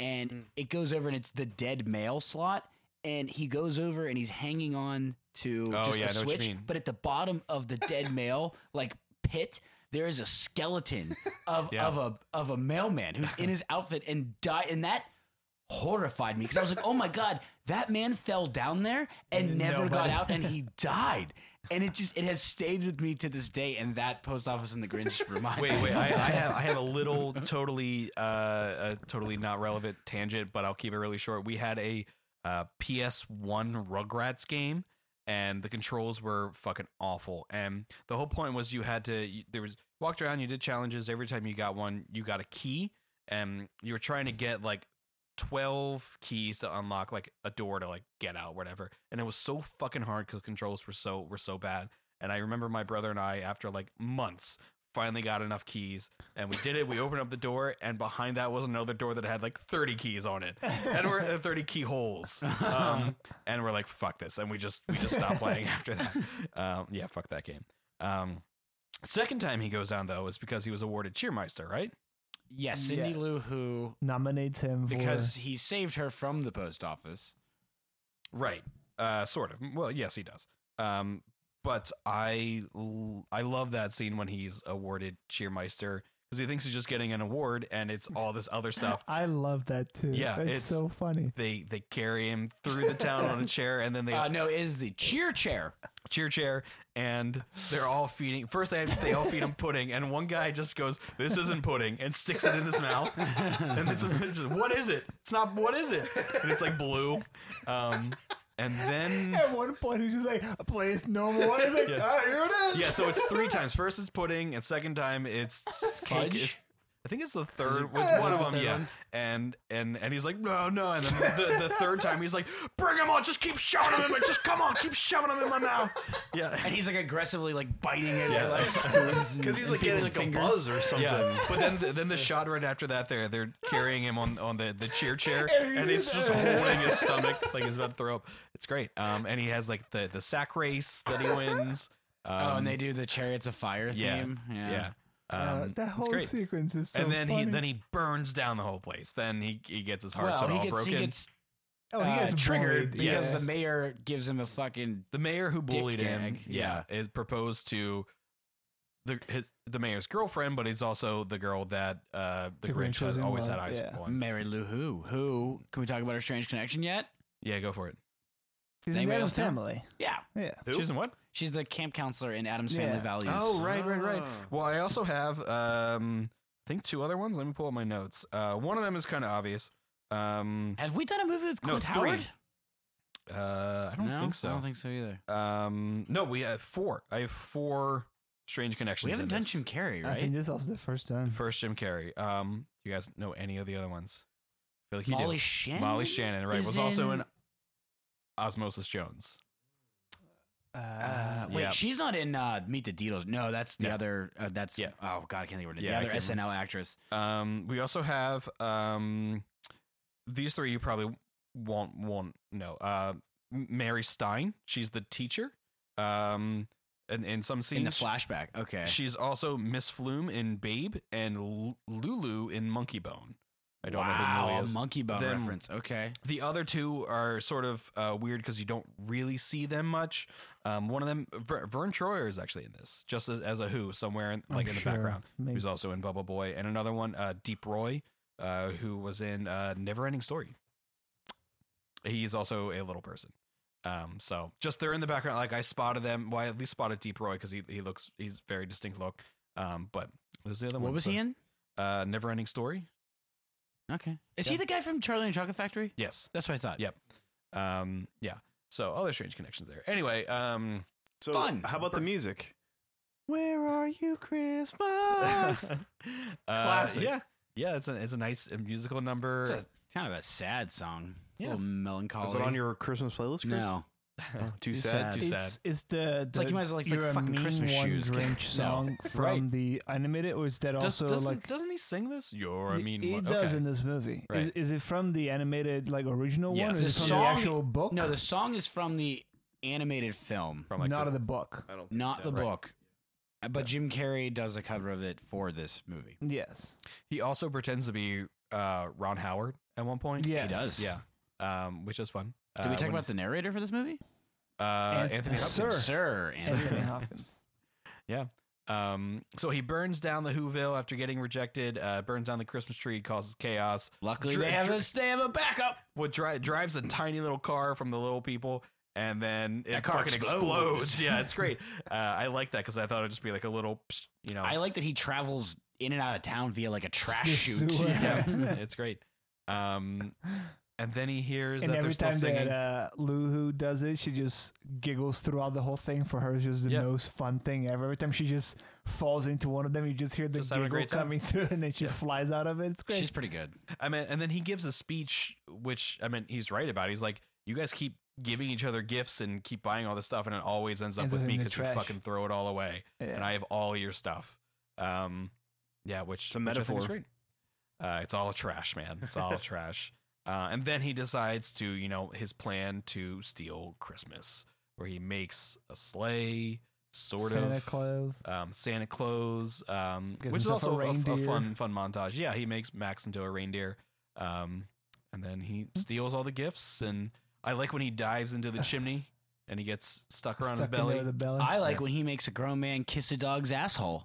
C: and
B: Mm.
C: it goes over and it's the dead mail slot and he goes over and he's hanging on to
A: Oh,
C: just
A: yeah,
C: the
A: I know what you
C: switch
A: mean.
C: but at the bottom of the dead mail like pit there is a skeleton of
A: Yeah.
C: of a of a mailman who's in his outfit and die and that horrified me because I was like, "Oh my god, that man fell down there and never got
D: Nobody-
C: out and he died." And it just it has stayed with me to this day and that post office in the Grinch reminds
A: Wait,
C: me.
A: wait. I, I have I have a little totally uh, uh totally not relevant tangent, but I'll keep it really short. We had a uh, PS1 Rugrats game, and the controls were fucking awful. And the whole point was you had to you, there was walked around, you did challenges. Every time you got one, you got a key, and you were trying to get like. 12 keys to unlock like a door to like get out whatever and it was so fucking hard because controls were so were so bad and i remember my brother and i after like months finally got enough keys and we did it. We opened up the door, and behind that was another door that had like 30 keys on it, and we're at 30 keyholes. Um, and we're like, "Fuck this!" And we just we just stopped playing after that. Um, yeah, fuck that game. Um, second time he goes down though is because he was awarded cheermeister, right?
C: Yes, Cindy
D: Yes.
C: Lou Who
D: nominates him for
C: because he saved her from the post office.
A: Right. Uh, sort of. Well, yes, he does. Um, but I l- I love that scene when he's awarded cheermeister because he thinks he's just getting an award, and it's all this other stuff.
D: I love that too.
A: Yeah,
D: it's,
A: it's-
D: so funny.
A: they they carry him through the town on a chair and then they
C: Uh, no, it is the cheer chair.
A: cheer chair and they're all feeding first they they all feed him pudding and one guy just goes this isn't pudding and sticks it in his mouth and it's it's just, what is it it's not what is it and it's like blue um and then
D: At one point, he's just like, "Play is normal." And he's like, "Ah, here it is."
A: yeah so it's three times first it's pudding and second time it's cake
C: Fudge?
A: It's- I think it's the third was one of them, yeah. And and and he's like, no, no. And then the, the third time he's like, bring him on, just keep shoving him in my, just come on, keep shoving him in my mouth. Yeah,
C: And he's like aggressively like biting it
A: Yeah.
C: yeah. like spoons
B: Because he's like getting like a buzz or something.
A: Yeah, but then the, then the shot right after that, they're they're carrying him on, on the, the cheer chair, and he's just holding his stomach like he's about to throw up. It's great. Um, and he has like the the sack race that he wins. Um,
C: Oh, and they do the chariots of fire
A: yeah,
C: theme. Yeah.
A: yeah.
D: Uh,
A: Um,
D: that
A: it's
D: whole
A: great.
D: sequence is so
A: and then
D: funny.
A: he then he burns down the whole place. Then he he gets his heart
C: Well,
A: sort of
C: he
A: all
C: gets,
A: broken.
C: he gets
D: oh, he
C: uh,
D: gets
C: triggered
D: bullied.
C: because
A: yes.
C: the mayor gives him a fucking
A: the mayor who bullied him,
C: gag,
A: yeah, is proposed to the his, the mayor's girlfriend, but he's also the girl that uh, the,
D: The Grinch
A: Grinch,
D: was
A: has
D: in
A: always
D: love,
A: had eyes
D: yeah.
A: on.
C: Mary Lou Who. Who? Can we talk about her strange connection yet?
A: Yeah, go for it.
D: She's in
C: Anybody
D: the Addams
C: else know?
D: family.
C: Yeah.
D: Yeah.
B: Who?
A: She's in what?
C: She's the camp counselor in Adam's Family
D: Yeah.
C: Values.
A: Oh, right, right, right.
B: Ah.
A: Well, I also have, um, I think two other ones. Let me pull up my notes. Uh, one of them is kind of obvious. Um,
C: Have we done a movie with
A: No,
C: Clint
A: three.
C: Howard?
A: uh, I don't
C: no,
A: think so.
C: I don't think so either.
A: um, no, we have four. I have four strange connections.
C: We haven't
A: in
C: done
A: this.
C: Jim Carrey,
D: I think
C: right?
D: this is also the first
C: Mm.
D: time.
A: First Jim Carrey. Um, do you guys know any of the other ones? I feel like you
C: Molly
A: do.
C: Shannon.
A: Molly Shannon, right?
C: is
A: Was also
C: in-
A: in Osmosis Jones.
C: Uh, wait,
A: Yeah.
C: she's not in uh, Meet the Deedles. No, that's the
A: No.
C: other. Uh, that's
A: Yeah.
C: Oh God, I can't think of her name.
A: Yeah, I
C: the other
A: can't
C: SNL actress.
A: Um, we also have um, these three you probably won't won't know. Uh, M- Mary Stein, she's the teacher. Um, and in some scenes,
C: in the flashback. Okay.
A: she's also Miss Flume in Babe and L- Lulu in Monkey Bone. I don't
C: wow,
A: know who Lulu
C: a
A: is.
C: monkey bone
A: Then-
C: reference. Okay.
A: the other two are sort of uh, weird because you don't really see them much. Um, one of them, Ver- Vern Troyer, is actually in this, just as, as a who somewhere in, like in
D: I'm
A: the
D: Oh, sure
A: background
D: makes-
A: who's also in Bubble Boy, and another one, uh, Deep Roy, uh, who was in uh, Never Ending Story. He's also a little person. Um, so just they're in the background. Like I spotted them. Well, I at least spotted Deep Roy because he, he looks he's very distinct look. Um, but those are the other
C: What
A: ones.
C: was he in?
A: Uh, Never Ending Story.
C: Okay. Is he the guy from Charlie and the Chocolate Factory?
A: Yes.
C: That's what I thought.
A: Yeah. Um, yeah. So other strange connections there. Anyway, um,
B: So
C: Fun.
B: how about the
A: Bur-
B: music? Where are you, Christmas?
A: uh,
B: Classic.
A: yeah, yeah. It's a it's a nice uh, musical number.
C: It's a, kind of a sad song. It's
A: Yeah.
C: A little melancholy.
B: Is it on your Christmas playlist, Chris?
C: No.
B: Oh, too
C: It's
B: sad.
C: sad.
A: too
D: It's, it's the, the
C: like you might as well, like, it's like
D: "You're a
C: fucking
D: mean
C: Christmas
D: one
C: shoes.
D: Grinch
C: No.
D: song from
A: Right.
D: the animated, or is that
A: Does,
D: also
A: doesn't,
D: like
A: doesn't he sing this? You're a
D: It-
A: mean
D: It
A: one.
D: does
A: Okay.
D: in this movie. Is,
A: Right.
D: is it from the animated like original one? Or
A: Yes.
D: is it
C: The
D: from
C: song-
D: the actual book?
C: No, the song is from the animated film,
A: From like
D: not
A: the,
D: of the book.
B: I don't. Think
C: not the
B: right.
C: book. Uh, But Jim Carrey does a cover of it for this movie.
D: Yes.
A: he also pretends to be uh, Ron Howard at one point.
D: Yes.
C: does.
A: yeah, um, which is fun.
C: Did we talk about the narrator for this movie?
A: the uh,
D: Anth-
A: Anthony Hopkins?
D: Sir.
C: Sir Anthony.
D: Anthony Hopkins.
A: Um, so he burns down the Whoville after getting rejected. Uh, burns down the Christmas tree, causes chaos.
C: Luckily,
A: Dr-
C: they have,
A: dr-
C: a, they have a backup.
A: What dri- drives a tiny little car from the little people, and then it
C: That car
A: fucking explodes.
C: explodes.
A: Yeah, it's great. Uh, I like that because I thought it'd just be like a little, psh, you know,
C: I like that he travels in and out of town via like a trash
D: The
C: chute.
D: sewer.
A: yeah, it's great. Um, and then he hears
D: and
A: that they're
D: every
A: still
D: time
A: singing.
D: that uh, Lou Who does it, she just giggles throughout the whole thing. For her, it's just the
A: Yeah.
D: most fun thing ever. Every time she just falls into one of them, you just hear the
A: Just having a
D: giggle
A: great time.
D: coming through, and then she
A: Yeah.
D: flies out of it. It's great.
C: She's pretty good.
A: I mean, and then he gives a speech, which I mean, he's right about. He's like, you guys keep giving each other gifts and keep buying all this stuff, and it always ends up
D: Ends
A: with
D: up
A: me
D: in the
A: because you
D: trash."
A: fucking throw it all away,
D: Yeah.
A: and I have all your stuff. Um, yeah, which
B: It's a
A: which I think is
B: metaphor.
A: great. Uh, it's all trash, man. It's all trash. Uh, and then he decides to, you know, his plan to steal Christmas, where he makes a sleigh, sort
D: Santa
A: of
D: Claus.
A: um, Santa Claus, um,
D: Gives
A: which is
D: himself a
A: also a, a
D: reindeer.
A: fun fun montage. Yeah, he makes Max into a reindeer, um, and then he
D: Hmm.
A: steals all the gifts. And I like when he dives into the chimney and he gets stuck around
D: Stuck
A: his belly.
D: in there with a belly.
C: I
A: Uh,
C: like
A: Yeah.
C: when he makes a grown man kiss a dog's asshole.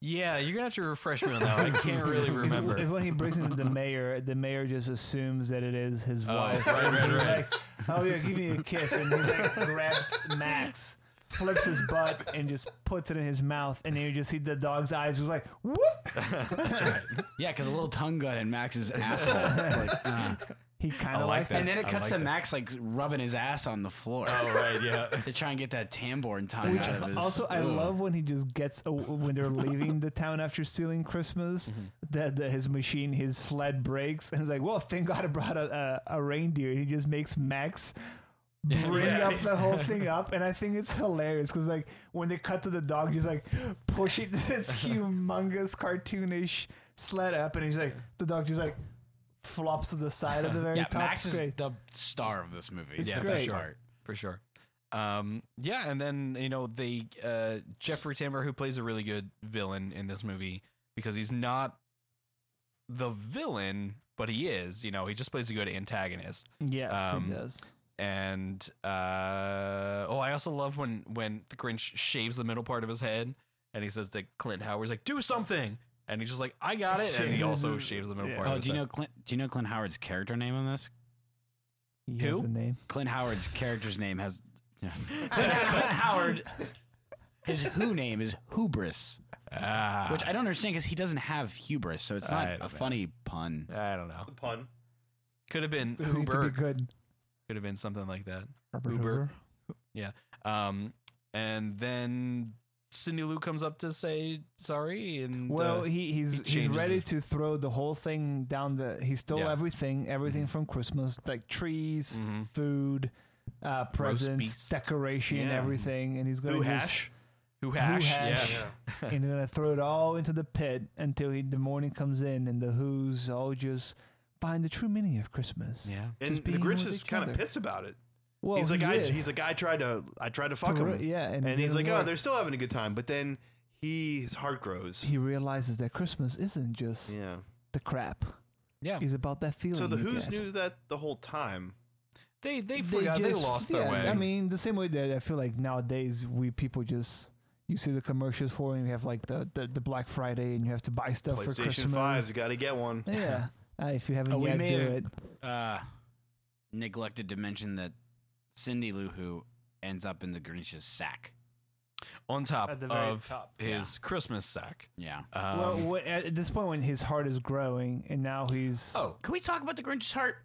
A: yeah, you're gonna have to refresh me on that. I can't really
D: It's-
A: remember.
D: It's when he brings into the mayor, the mayor just assumes that it is his
A: Oh,
D: wife.
A: right, right,
D: He's
A: right.
D: like, oh, yeah, give me a kiss. And he's like, grabs Max, flips his butt, and just puts it in his mouth. And then you just see the dog's eyes, was like, whoop.
C: Yeah, because a little tongue got in Max's asshole. Like, uh.
D: He kind
A: I
D: of
A: like
D: liked
A: that.
D: it.
C: And then it
A: I
C: cuts
A: like
C: to
A: that.
C: Max like rubbing his ass on the floor
A: oh right, yeah.
C: to try and get that Tamborn tongue out of his.
D: Also, I
C: Ugh.
D: love when he just gets a, when they're leaving the town after stealing Christmas.
C: Mm-hmm.
D: That that his machine, his sled breaks, and he's like, "Well, thank God I brought a, a, a reindeer." And he just makes Max bring
A: Yeah.
D: up the whole thing up, and I think it's hilarious because like when they cut to the dog, he's like pushing this humongous cartoonish sled up, and he's like the dog just like flops to the side of the very
C: Yeah,
D: top.
C: Max
D: It's
C: is
D: great.
C: the star of this movie.
D: It's
A: yeah,
D: great.
A: for sure, for sure. Um, yeah, and then you know they uh, Jeffrey Tambor, who plays a really good villain in this movie, because he's not the villain, but he is. You know, he just plays a good antagonist.
D: yes,
A: um,
D: he does.
A: And uh, oh, I also love when when the Grinch shaves the middle part of his head. and he says to Clint Howard's like, "Do something," and he's just like, "I got it," and he also shaves the middle
B: Yeah.
A: part.
C: Oh,
A: of his
C: do you
A: head.
C: know Clint? Do you know Clint Howard's character name on this?
D: He
A: Who?
D: has a name.
C: Clint Howard's character's name has Clint Howard. His who name is hubris,
A: Ah,
C: which I don't understand because he doesn't have hubris, so it's not
A: I
C: a
A: don't know.
C: funny pun.
A: I don't know.
B: Pun.
A: Could have been
D: Who need to
A: Uber.
D: be good.
A: Could have been something like that.
D: Robert
A: Uber.
D: Hoover.
A: Um, and then Cindy Lou comes up to say sorry, and
D: Well,
A: uh,
D: he,
A: he
D: he's he's
A: changes
D: ready
A: it.
D: to throw the whole thing down the. He stole
A: Yeah.
D: everything, everything
B: Mm-hmm.
D: from Christmas, like trees,
B: Mm.
A: mhm.
D: food, uh, presents,
A: beast.
D: decoration,
B: Yeah.
D: everything, and he's gonna
B: Who
D: just-
B: hash?
A: who hash?
D: hash?
A: Yeah.
D: and they're gonna throw it all into the pit until he, the morning comes in and the Who's all just find the true meaning of Christmas.
A: yeah.
B: And
D: Just
B: the
D: being
B: Grinch
D: with
B: is
D: each
B: kind
D: other.
B: of pissed about it.
D: Well,
B: he's like,
D: he
B: I,
D: is.
B: he's like, I tried to, I tried to fuck
D: To re-
B: him.
D: Yeah, and,
B: And he's
D: then
B: like, oh,
D: what?
B: they're still having a good time. But then he, his heart grows.
D: He realizes that Christmas isn't just
B: yeah.
D: the crap.
A: Yeah.
D: It's about that feeling.
B: So the
D: you
B: Who's
D: get.
B: knew that the whole time.
A: They they forgot. They,
D: just-
A: lost
D: yeah,
A: their way.
D: I mean, the same way that I feel like nowadays we people just you see the commercials for and you have like the, the, the Black Friday and you have to buy stuff Oh, for
B: PlayStation
D: Christmas.
B: Fives, got to get one.
D: Yeah. Uh, if you haven't
C: Oh, we
D: yet,
C: may
D: do
C: have-
D: it.
C: Uh, neglected to mention that Cindy Lou Who ends up in the Grinch's sack.
A: on top
B: At the very
A: of
B: top,
A: his Christmas sack.
C: Yeah.
A: Um,
D: well, wh- at this point, when his heart is growing and now he's
C: Oh, can we talk about the Grinch's heart?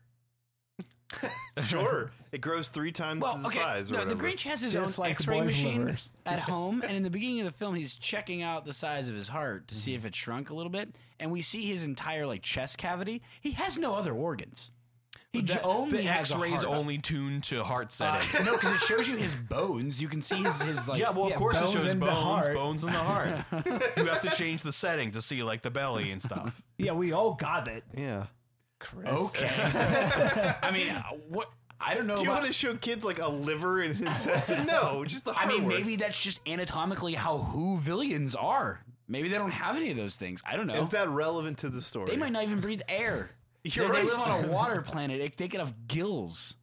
B: sure, it grows three times
C: Well,
B: the
C: okay.
B: size. Or
C: no, the
B: whatever.
C: Grinch has his
D: Just
C: own
D: like
C: X-ray
D: boys'
C: machine
D: livers.
C: at home, and in the beginning of the film, he's checking out the size of his heart to see if it shrunk a little bit. And we see his entire like chest cavity. He has no other organs. He j-
A: the,
C: only
A: the
C: has a
A: X-rays
C: heart.
A: only tuned to heart
C: Uh,
A: setting.
C: no, because it shows you his bones. You can see his, his like
A: yeah, well, of course it
D: bones
A: shows
D: and the
A: bones,
D: heart.
A: bones and the heart. you have to change the setting to see like the belly and stuff.
D: yeah, we all got it.
B: Yeah.
D: Chris.
C: I mean, uh, what I don't know.
B: Do you
C: about,
B: want to show kids like a liver and intestine? no, just the.
C: I
B: Hard
C: mean,
B: works.
C: maybe that's just anatomically how Whovillians are. Maybe they don't have any of those things. I don't know.
B: is that relevant to the story?
C: They might not even breathe air.
B: You're
C: they, they
B: right.
C: live on a water planet. They- They could have gills,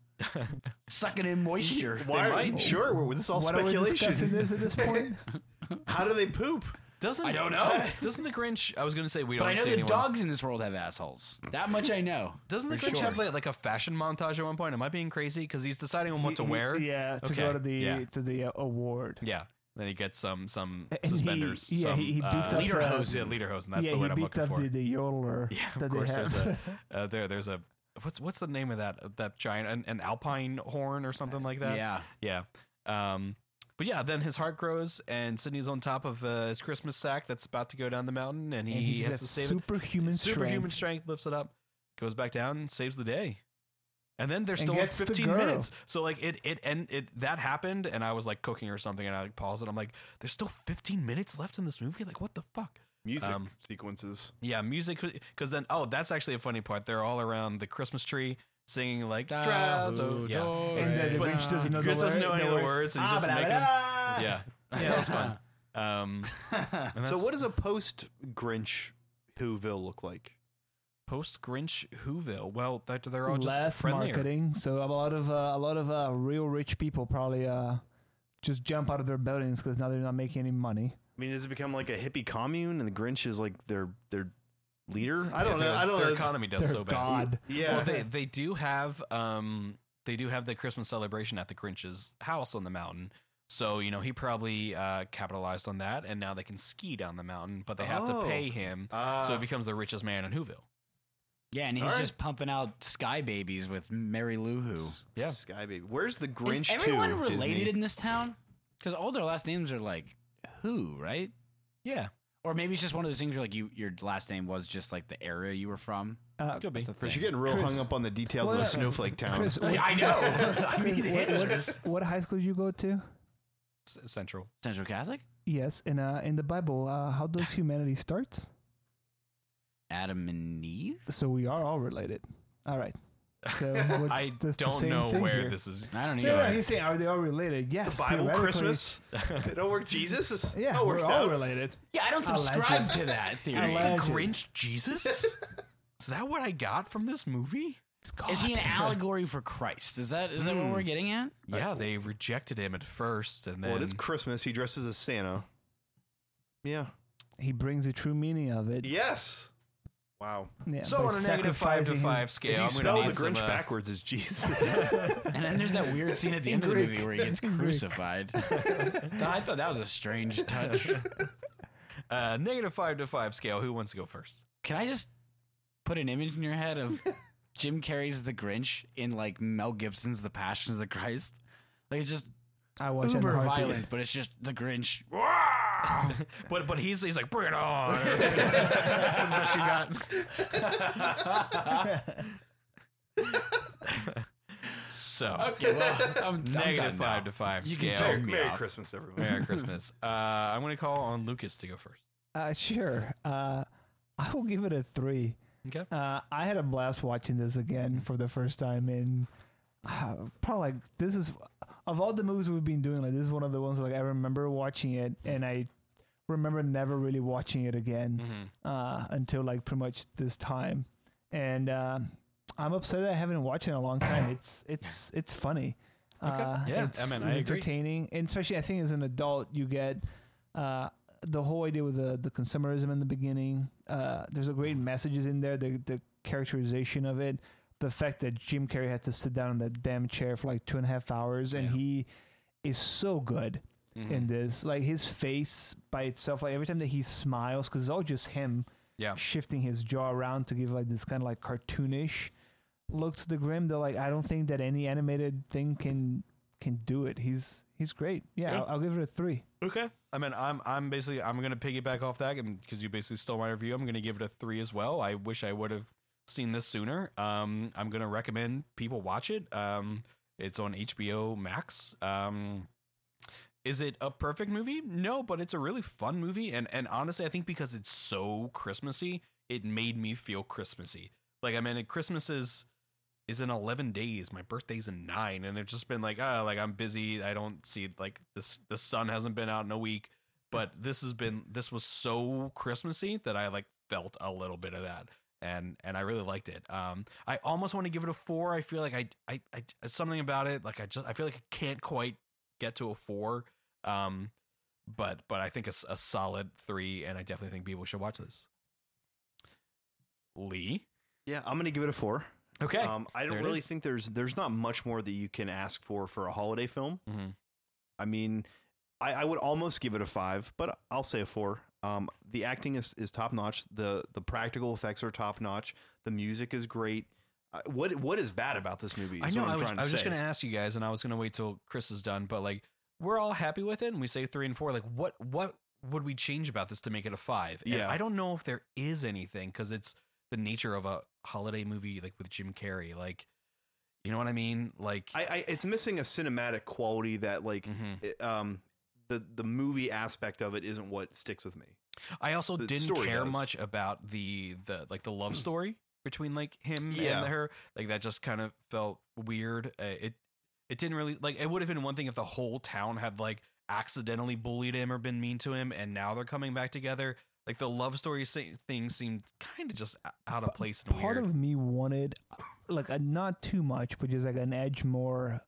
C: sucking in moisture.
B: Why?
C: They might.
B: Sure, we're, this is all
D: What are we discussing
B: speculation.
D: this at this point?
B: How do they poop?
A: Doesn't
C: I don't know.
A: Doesn't the Grinch? I was gonna say we
C: But
A: don't
C: I know
A: see
C: the
A: anyone.
C: dogs in this world have assholes. That much I know.
A: Doesn't the
C: For
A: Grinch
C: sure.
A: have like, like a fashion montage at one point? Am I being crazy? Because he's deciding on what to
D: He- he-
A: wear.
D: Yeah, to
A: Okay,
D: go to the
A: yeah.
D: to the uh, award.
A: Yeah. Then he gets some some
D: And he-
A: suspenders.
D: yeah,
A: some,
D: he- he beats
A: uh,
D: up
A: leader
D: the-
A: hose. Yeah, leader hose, and that's
D: yeah,
A: the
D: he
A: word I'm
D: beats
A: looking
D: up
A: for.
D: the, the yodeler
A: yeah, of
D: that
A: course.
D: they
A: There's
D: have.
A: a uh, there. There's a what's what's the name of that that giant an, an alpine horn or something like that.
C: Yeah.
A: Yeah. Um, but yeah, then his heart grows, and Sydney's on top of uh, his Christmas sack that's about to go down the mountain, and he,
D: and he
A: has
D: has
A: to save it.
D: superhuman
A: Superhuman
D: strength.
A: strength lifts it up, goes back down, saves the day. And then there's
D: And
A: still like
D: gets the
A: 15
D: girl.
A: minutes. So like it it and it that happened, and I was like cooking or something, and I like, paused it. I'm like, there's still 15 minutes left in this movie. Like what the fuck?
B: Music
A: Um,
B: sequences.
A: Yeah, music. Because then, oh, that's actually a funny part. They're all around the Christmas tree singing like Drazzle. Yeah.
D: And
C: uh,
D: then the
A: But
D: Grinch doesn't know the
A: Grinch doesn't know
D: word-
A: any
D: the
A: of the
D: words. Ah,
A: words,
C: Ah,
A: and he's just making. Yeah, yeah, that was fun. Um, and
B: So,
A: that's-
B: what does a post Grinch Whoville look like?
A: post Grinch Whoville? Well, that they're all just
D: less
A: friendlier.
D: marketing. So a lot of uh, a lot of uh, real rich people probably uh, just jump out of their buildings because now they're not making any money.
B: I mean, does it become like a hippie commune, and the Grinch is like their their leader? I
A: Yeah,
B: don't know.
A: their-
B: I don't
A: Their
B: know. It's-
A: economy does
D: They're
A: so bad.
D: God.
B: Yeah.
A: Well, they they do have um they do have the Christmas celebration at the Grinch's house on the mountain. So you know he probably uh, capitalized on that, and now they can ski down the mountain, but they have
B: Oh.
A: to pay him.
B: Ah.
A: so he becomes the richest man in Whoville.
C: Yeah, and he's
B: All right.
C: just pumping out sky babies with Mary Lou Who.
B: S-
A: Yeah.
B: Sky Baby. Where's the Grinch
C: Is everyone
B: 2,
C: related
B: Disney?
C: in this town? Because all their last names are like Who, right?
A: Yeah,
C: Or maybe it's just one of those things where like you your last name was just like the area you were from.
D: Uh,
A: could be.
C: That's a
B: Chris,
C: thing.
B: you're getting real
D: Chris.
B: hung up on the details of
D: Well,
B: a snowflake town.
D: Chris, what,
C: I know. I
D: Chris,
C: need
D: what, what-
C: answers.
D: what high school did you go to?
A: S- Central.
C: Central Catholic?
D: Yes, and uh, in the Bible, uh, how does humanity start?
C: Adam and Eve?
D: So we are all related. All right. So what's,
A: I
D: that's the
A: don't
D: same
A: know
D: thing
A: where
D: here.
A: this is.
C: I don't
D: No, no,
C: either.
D: he's saying, are they all related?
B: the
D: Yes.
B: Bible,
D: theoretically-
B: Christmas. they don't work. Jesus. It's-
D: Yeah,
B: all
D: we're
B: works
D: all
B: out.
D: related.
C: yeah, I don't
D: Alleged.
C: subscribe to that theory.
A: Is the
D: Alleged.
A: Grinch Jesus? is that what I got from this movie?
C: Is he an allegory for Christ? Is that is that
D: Hmm.
C: what we're getting at?
B: Uh,
A: Yeah, they rejected him at first, and then
B: Well, it's Christmas. He dresses as Santa. Yeah.
D: He brings the true meaning of it.
B: Yes. Wow.
D: Yeah,
A: so
D: by
A: on a negative five to
D: sacrificing his-
A: five scale,
B: if you
A: I'm
B: spell
A: gonna
B: the
A: need
B: Grinch
A: some, uh,
B: backwards, it's Jesus.
C: And then there's that weird scene at the
D: In
C: end of the
D: Greek.
C: movie where he gets
D: In Greek.
C: crucified. I thought that was a strange touch.
A: uh, negative five to five scale. Who wants to go first?
C: Can I just put an image in your head of Jim Carrey's The Grinch in like Mel Gibson's The Passion of the Christ? Like it's just
D: I watch
C: uber
D: it
C: violent, but it's just The Grinch.
A: but but he's he's like bring it on. That's the best you got. so
C: Okay, well, I'm
A: negative
C: done now.
A: five to five
C: You can
A: scale.
C: turn me
B: Merry
C: off.
B: Christmas, everyone.
A: Merry Christmas. Uh, I'm gonna call on Lucas to go first.
D: Uh, sure. Uh, I will give it a three.
A: Okay.
D: Uh, I had a blast watching this again for the first time in uh, probably like this is of all the movies we've been doing. Like this is one of the ones like I remember watching it and I remember never really watching it again
A: Mm-hmm.
D: uh, until like pretty much this time. And uh, I'm upset that I haven't watched it in a long time. It's it's it's funny.
A: Okay.
D: Uh,
A: Yeah, I
D: it's,
A: mean,
D: it's
A: I agree.
D: entertaining, and especially I think as an adult you get uh, the whole idea with the the consumerism in the beginning. Uh, there's a
A: Mm-hmm.
D: great messages in there. The the characterization of it, the fact that Jim Carrey had to sit down in that damn chair for like two and a half hours, and
A: Yeah.
D: he is so good
A: Mm-hmm.
D: in this. Like his face by itself, like every time that he smiles, because it's all just him
A: Yeah.
D: shifting his jaw around to give like this kind of like cartoonish look to the grim. That like I don't think that any animated thing can can do it. He's he's great. Yeah,
A: Yeah.
D: I'll, I'll give it a three.
A: Okay. I mean, I'm I'm basically I'm gonna piggyback off that because you basically stole my review. I'm gonna give it a three as well. I wish I would have seen this sooner. Um, I'm gonna recommend people watch it. Um, it's on HBO Max. Um, is it a perfect movie? No, but it's a really fun movie. And and honestly, I think because it's so Christmassy, it made me feel Christmassy. Like I mean, Christmas is is in 11 days my birthday's in nine and it's just been like ah like i'm busy i don't see like this the sun hasn't been out in a week but this has been this was so christmassy that i like felt a little bit of that and and i really liked it um i almost want to give it a four i feel like i i, I something about it like i just i feel like i can't quite get to a four um but but i think it's a solid three and i definitely think people should watch this lee
B: Yeah, I'm gonna give it a four.
A: okay
B: Um, I don't
A: There it
B: really
A: is.
B: think there's there's not much more that you can ask for for a holiday film.
A: Mhm.
B: I mean, I, I would almost give it a five, but I'll say a four. Um, the acting is, is top notch. the The practical effects are top notch. The music is great. Uh, what what is bad about this movie? Is
A: I know.
B: What I'm
A: I was,
B: trying to
A: I was
B: say.
A: just going to ask you guys, and I was going to wait till Chris is done. But like, we're all happy with it, and we say three and four. Like, what what would we change about this to make it a five? And
B: Yeah.
A: I don't know if there is anything because it's the nature of a holiday movie, like with Jim Carrey. Like, you know what I mean? Like,
B: I, I it's missing a cinematic quality that like
A: Mhm.
B: it- um the the movie aspect of it isn't what sticks with me.
A: I also
B: the
A: didn't
B: story
A: care
B: does.
A: much about the the like the love story between like him
B: Yeah.
A: and her. Like that just kind of felt weird. Uh, it it didn't really like it would have been one thing if the whole town had like accidentally bullied him or been mean to him, and now they're coming back together. Like the love story se- thing seemed kind of just o- out of place and
D: part
A: weird.
D: of me wanted like a not too much but just like an edge more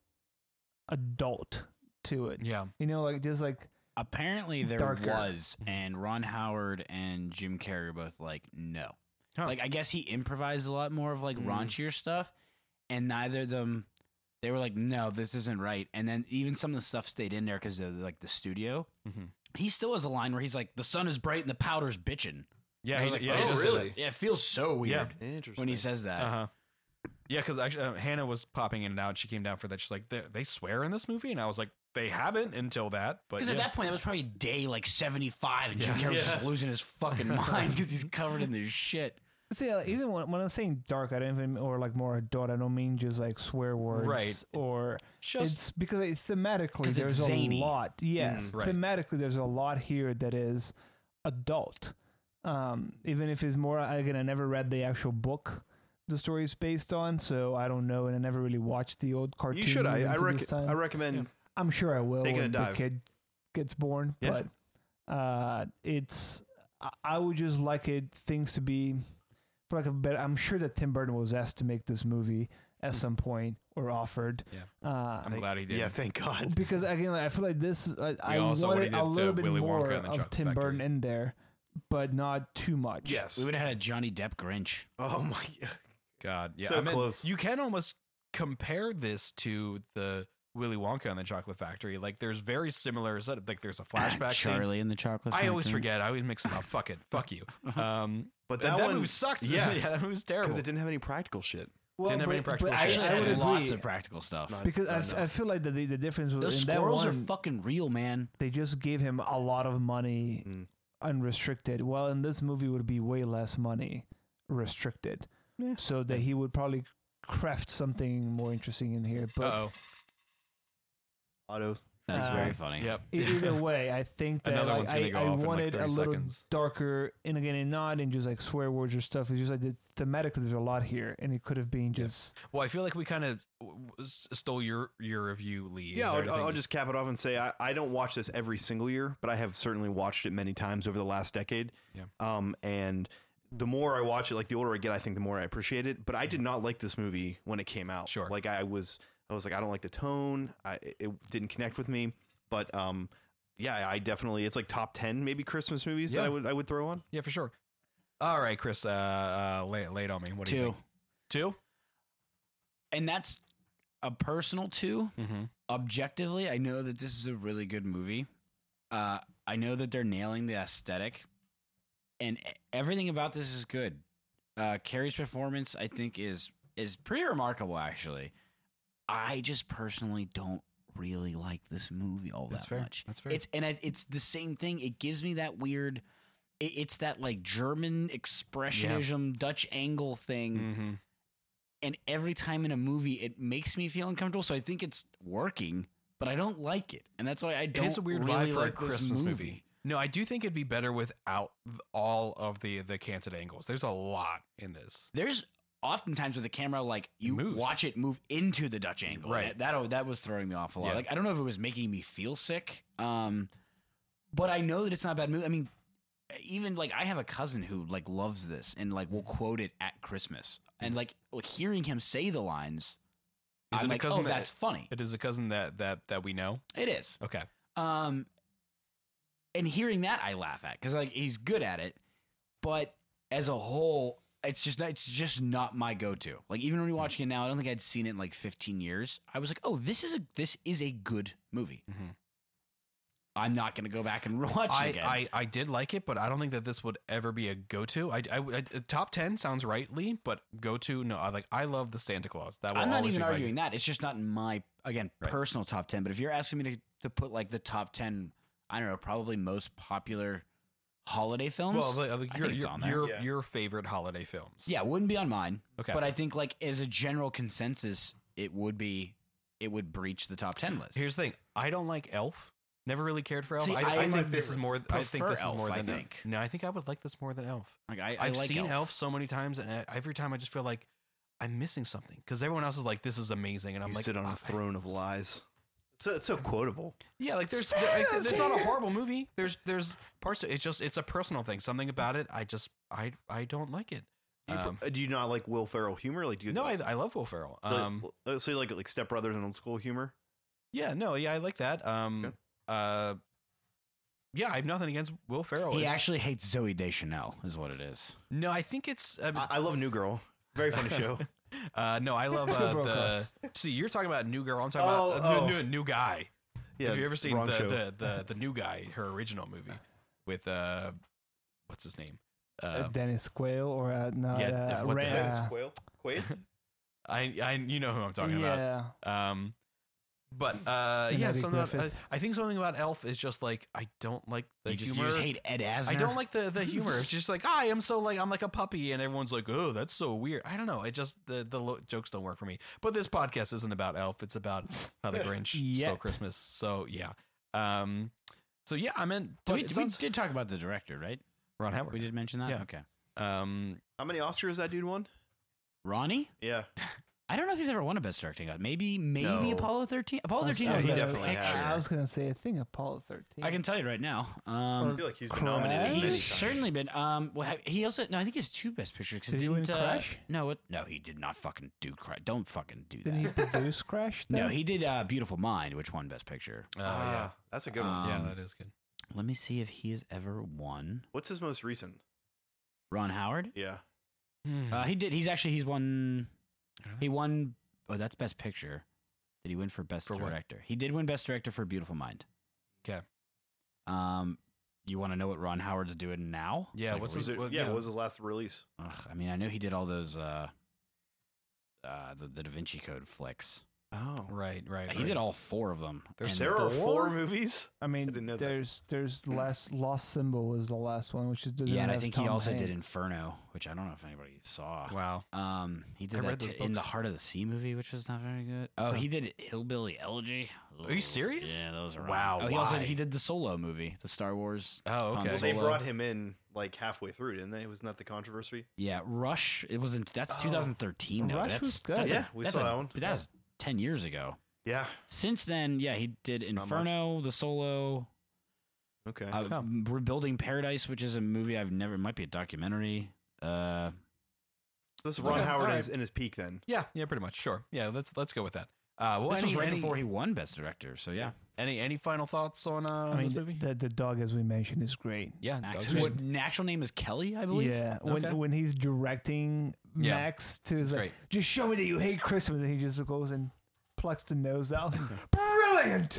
D: adult to it
A: yeah,
D: you know like just like
C: Apparently there
D: Darker.
C: was, and Ron Howard and Jim Carrey were both like, no.
A: Huh. Hmm.
C: Like I guess he improvised a lot more of like
B: Mm.
C: raunchier stuff, and neither of them they were like, no, this isn't right. And then even some of the stuff stayed in there because of like the studio.
A: Mhm.
C: He still has a line where he's like, the sun is bright and the powder's bitching.
A: yeah,
C: I
A: he-
C: was like,
A: yeah,
B: oh,
A: he
C: this
A: does
C: is-
A: that.
B: really?
C: Yeah, it feels so weird
A: Yeah.
B: Interesting.
C: when he says that.
A: Uh huh. Yeah, because actually uh, Hannah was popping in and out. She came down for that. She's like, they, they swear in this movie, and I was like, they haven't until that. But
C: Because at
A: yeah.
C: that point, that was probably day like 75, and Jim
A: Yeah.
C: Carrey was
B: Yeah.
C: just losing his fucking mind because he's covered in this shit.
D: see like, even when, when i'm saying dark i don't even or like more adult i don't mean just like swear words
A: Right.
D: or
A: just
D: it's because like, thematically
C: 'Cause it's
D: there's a
C: zany.
D: lot yes
A: Mm, right.
D: thematically there's a lot here that is adult um even if it's more again i never read the actual book the story is based on so i don't know and i never really watched the old cartoon
B: you should. I I,
D: until
B: rec-
D: this time.
B: I recommend.
D: I'm sure I will
B: Taking a
D: when the
B: dive.
D: kid gets born.
B: Yeah.
D: But uh, it's I, I would just like it things to be for like a better. I'm sure that Tim Burton was asked to make this movie, at some point or offered.
A: Yeah.
D: Uh,
A: I'm glad he did.
B: Yeah, thank God.
D: because again, like, I feel like this I, I
A: also would've
D: wanted
A: did
D: a
A: to
D: little bit
A: Willy Wonka
D: more
A: and the
D: of
A: Chocolate
D: Tim Burton
A: Factory.
D: in there, but not too much.
B: Yes.
C: We would have had a Johnny Depp Grinch.
B: Oh my.
A: God, yeah,
B: So
A: I mean,
B: close.
A: You can almost compare this to the Willy Wonka and the Chocolate Factory. Like, there's very similar. set- Like, there's a flashback. scene.
C: Charlie and the Chocolate.
A: I always
C: Factory.
A: forget. I always mix them up. Fuck it. Fuck you. Um,
B: But
A: that,
B: Uh-huh. that, one
A: movie sucked.
B: yeah.
A: Yeah, that movie was terrible.
B: because it didn't have any practical shit.
D: Well,
A: Didn't have any practical shit.
C: Actually,
D: I, I
C: I
D: would
C: had
D: agree.
C: lots of practical stuff.
B: Not-
D: because
B: not
D: I, f- I
B: enough.
D: feel like the the, the difference was
C: Those
D: in that
C: squirrels
D: one,
C: are fucking real, man.
D: they just gave him a lot of money
B: Mm.
D: unrestricted. Well, in this movie would be way less money restricted,
B: Yeah.
D: so that he would probably craft something more interesting in here. But
A: oh,
B: Auto.
C: That's
D: Uh,
C: very funny.
A: yep.
D: E- Either way, I think that
A: Another
D: like,
A: one's gonna
D: I,
A: go
D: I
A: off in, like,
D: wanted a
A: 30
D: little
A: seconds.
D: darker, and again, and not in just like swear words or stuff. It's just like the, thematically, there's a lot here, and it could have been just
A: Well, I feel like we kind of stole your your review, Lee. Is
B: Yeah,
A: there
B: I'll, I'll
A: anything-
B: just cap it off and say I, I don't watch this every single year, but I have certainly watched it many times over the last decade.
A: Yeah.
B: Um, and the more I watch it, like the older I get, I think the more I appreciate it. But I did not like this movie when it came out.
A: Sure.
B: Like I was, I was like, I don't like the tone. I it didn't connect with me. But um, yeah, I definitely it's like top ten maybe Christmas movies that
A: Yeah.
B: I would I would throw on.
A: yeah, for sure. All right, Chris, uh, uh, lay, lay it on me. What do you
C: Two,
A: think? Two.
C: and that's a personal two.
A: Mm-hmm.
C: Objectively, I know that this is a really good movie. Uh, I know that they're nailing the aesthetic, and e- everything about this is good. Uh, Carrie's performance, I think, is is pretty remarkable. Actually, I just personally don't really like this movie all
A: That's
C: that
A: fair.
C: much.
A: That's fair.
C: It's and I, it's the same thing. It gives me that weird. It, it's that like German expressionism, Dutch angle thing
A: Mm-hmm.
C: and every time in a movie it makes me feel uncomfortable so i think it's working but i don't like it and that's why i
A: It
C: don't
A: is a weird
C: really
A: vibe for
C: like
A: a
C: this
A: Christmas movie. No, I do think it'd be better without th- all of the the canted angles. There's a lot in this.
C: there's oftentimes with the camera like you
A: moves.
C: watch it move into the dutch angle
A: Right.
C: that oh, that, that was throwing me off a lot
A: Yeah.
C: like i don't know if it was making me feel sick um but i know that it's not a bad movie i mean even like i have a cousin who like loves this and like will quote it at christmas and like hearing him say the lines
A: Is
C: i'm
A: it a
C: like
A: cousin
C: oh
A: that-
C: that's funny
A: It is a cousin that that that we know.
C: it is
A: Okay.
C: Um, and hearing that, I laugh at because like he's good at it, but as a whole, it's just not, it's just not my go-to. Like even
A: Mm.
C: when watching it now, I don't think I'd seen it in like 15 years. I was like, oh, this is a this is a good movie.
A: Mhm.
C: I'm not gonna go back and watch it again.
A: I, I I did like it, but I don't think that this would ever be a go to. I, I, I top ten sounds right, Lee, but go to no. I like I love the Santa Claus. That will
C: I'm not
A: always
C: even
A: be my-
C: arguing that. It's just not in my again
A: Right.
C: personal top ten. But if you're asking me to, to put like the top ten, I don't know, probably most popular holiday films.
A: Well, like, like,
C: I
A: your
C: think it's
A: your,
C: on there.
A: your,
B: Yeah.
A: your favorite holiday films.
C: yeah, wouldn't be on mine.
A: Okay.
C: But I think like as a general consensus, it would be it would breach the top ten list.
A: Here's the thing. I don't like Elf. Never really cared for Elf.
C: See,
A: I,
C: I
A: I
C: like
A: think this is more. I think
C: prefer
A: this
C: Elf,
A: is more
C: I
A: than
C: think.
A: No, I think I would like this more than Elf.
C: like I, I
A: I've
C: like
A: seen Elf.
C: Elf.
A: so many times, and I- every time I just feel like I'm missing something because everyone else is like, "This is amazing," and I'm
B: you
A: like,
B: sit on
A: "Ah,
B: a throne of lies. So it's so quotable.
A: Yeah, like there's, there, like, it's not a horrible movie. There's, there's parts. Of, it's just, it's a personal thing. Something about it, I just, I, I don't like it.
B: Do you, pr-
A: Um,
B: uh, do you not like Will Ferrell humor? Like do you
A: No, I, I love Will Ferrell. Um,
B: uh, so you like like Step Brothers and Old School humor?
A: yeah, no, yeah, I like that. Um,
B: Okay.
A: uh, yeah, I have nothing against Will Ferrell.
C: He
A: It's-
C: actually hates Zoe Deschanel, is what it is.
A: no, I think it's. I mean,
C: Uh,
B: I, I love New Girl. Very funny show.
A: uh, no, I love uh,
D: Bro
A: the.
D: codes.
A: See, you're talking about New Girl. I'm talking
B: Oh,
A: about uh,
B: oh.
A: new, new, new guy.
B: Yeah,
A: have you ever seen
B: wrong
A: the,
B: show.
A: the, the the new guy, her original movie with uh, what's his name?
D: uh,
A: Uh,
D: Dennis Quayle or uh, not
A: yeah,
D: uh,
A: what the
D: Ray,
A: heck
D: uh,
B: Quail? Quaid?
A: I I you know who I'm talking about.
D: yeah.
A: Um, but uh,
D: And
A: yeah,
D: Eddie
A: something about, I,
D: Griffith.
A: I think something about Elf is just like I don't like the
C: you, just, you
A: humor.
C: just hate Ed Asner.
A: I don't like the the humor. It's just like "Ah, I am so like I'm like a puppy, and everyone's like, oh, that's so weird. I don't know. It just the the lo- jokes don't work for me. But this podcast isn't about Elf. It's about how the Grinch stole
D: Yet.
A: Christmas. So yeah. Um. So yeah, I mean,
C: Did
A: but
C: we,
A: it
C: we
A: sounds-
C: did talk about the director, right?
A: Ron Howard.
C: We did mention that.
A: Yeah.
C: Okay.
A: Um.
B: How many Oscars that dude won?
C: Ronnie,
B: Yeah.
C: I don't know if he's ever won a best directing god. Maybe maybe
B: No.
C: Apollo thirteen. Apollo
D: I was
C: thirteen
B: no,
C: was
B: he
D: gonna-
C: best
B: definitely
C: picture.
B: has.
D: I was gonna say I think Apollo 13.
C: I can tell you right now. Um,
B: I feel like he's
D: Crash?
B: been nominated many
C: He's
B: times.
D: Really?
C: certainly been. Um, well, ha- he also no. I think his two best pictures. Cause
D: Did he win
C: didn't, uh,
D: Crash?
C: No, it, no, he did not fucking do crash. Don't fucking do that.
D: Didn't he produce Crash?
C: no,
D: then?
C: he did uh, Beautiful Mind, which won Best Picture.
A: Oh
B: Ah, that's a good one.
C: Um,
A: yeah, Uh, that is good.
C: Let me see if he has ever won.
B: What's his most recent?
C: Ron Howard.
B: Yeah,
C: Uh,
A: Uh,
C: he did. He's actually he's won.
A: don't know.
C: He won. Oh, that's Best Picture. Did he win for Best
A: For what?
C: Director? He did win Best Director for Beautiful Mind.
A: 'Kay.
C: Um, you want to know what Ron Howard's doing now?
A: Yeah, what's
B: was
C: what
A: his-
B: it,
A: what-
B: yeah,
A: yeah.
B: What was his last release?
C: Ugh, I mean, I know he did all those uh, uh, the, the Da Vinci Code flicks.
B: Oh,
A: right, right.
C: He
A: right.
C: did all four of them.
A: There's-
C: and
B: there are
A: Four?
B: four movies.
D: I
B: I
D: mean,
B: didn't know that.
D: there's there's last Lost Symbol was the last one, which is the
C: yeah, and I
D: have
C: think he
D: Tom
C: also did
D: Hanks.
C: Inferno, which I don't know if anybody saw.
A: Wow.
C: Um, he did
A: I
C: that
A: read those
C: t- in the
A: books.
C: Heart of the Sea movie, which was not very good. Oh, he did Hillbilly Elegy.
A: Are you
C: Ugh,
A: serious?
C: Yeah, those are
A: Wow,
C: Oh, he also
A: why?
C: he did the Solo movie, the Star Wars.
A: Oh,
C: Han
A: okay.
B: Well,
C: Solo.
B: they brought him in like halfway through, didn't they? Wasn't that the controversy?
C: Yeah, Rush. It wasn't. That's
B: Oh.
C: 2013. Though.
D: Rush
C: that's,
D: was good.
C: That's a-
B: Yeah, we
C: that's
B: saw
C: a-
B: that one.
C: But that's ten years ago.
B: Yeah.
C: Since then, yeah, he did
B: Not much.
C: Inferno, the Solo,
B: Okay.
C: Uh,
A: Huh.
C: Rebuilding Paradise, which is a movie I've never. It might be a documentary. Uh,
B: this is Ron
A: okay,
B: Howard in
A: alright.
B: his, in his peak then.
A: Yeah, yeah, pretty much. Sure. Yeah, let's let's go with that. Uh, well,
C: this
A: any,
C: was right
A: any,
C: before he won Best Director, so yeah.
A: any any final thoughts on, uh,
D: I
A: on
D: mean,
A: this movie?
D: the, the dog, as we mentioned, is great.
A: yeah, Doug's
C: Max, whose
A: right.
C: actual name is Kelly, I believe.
D: Yeah, when
A: Okay.
D: when he's directing
A: Yeah.
D: Max to his like,
A: great.
D: just show me that you hate Christmas, and he just goes and plucks the nose out. Brilliant,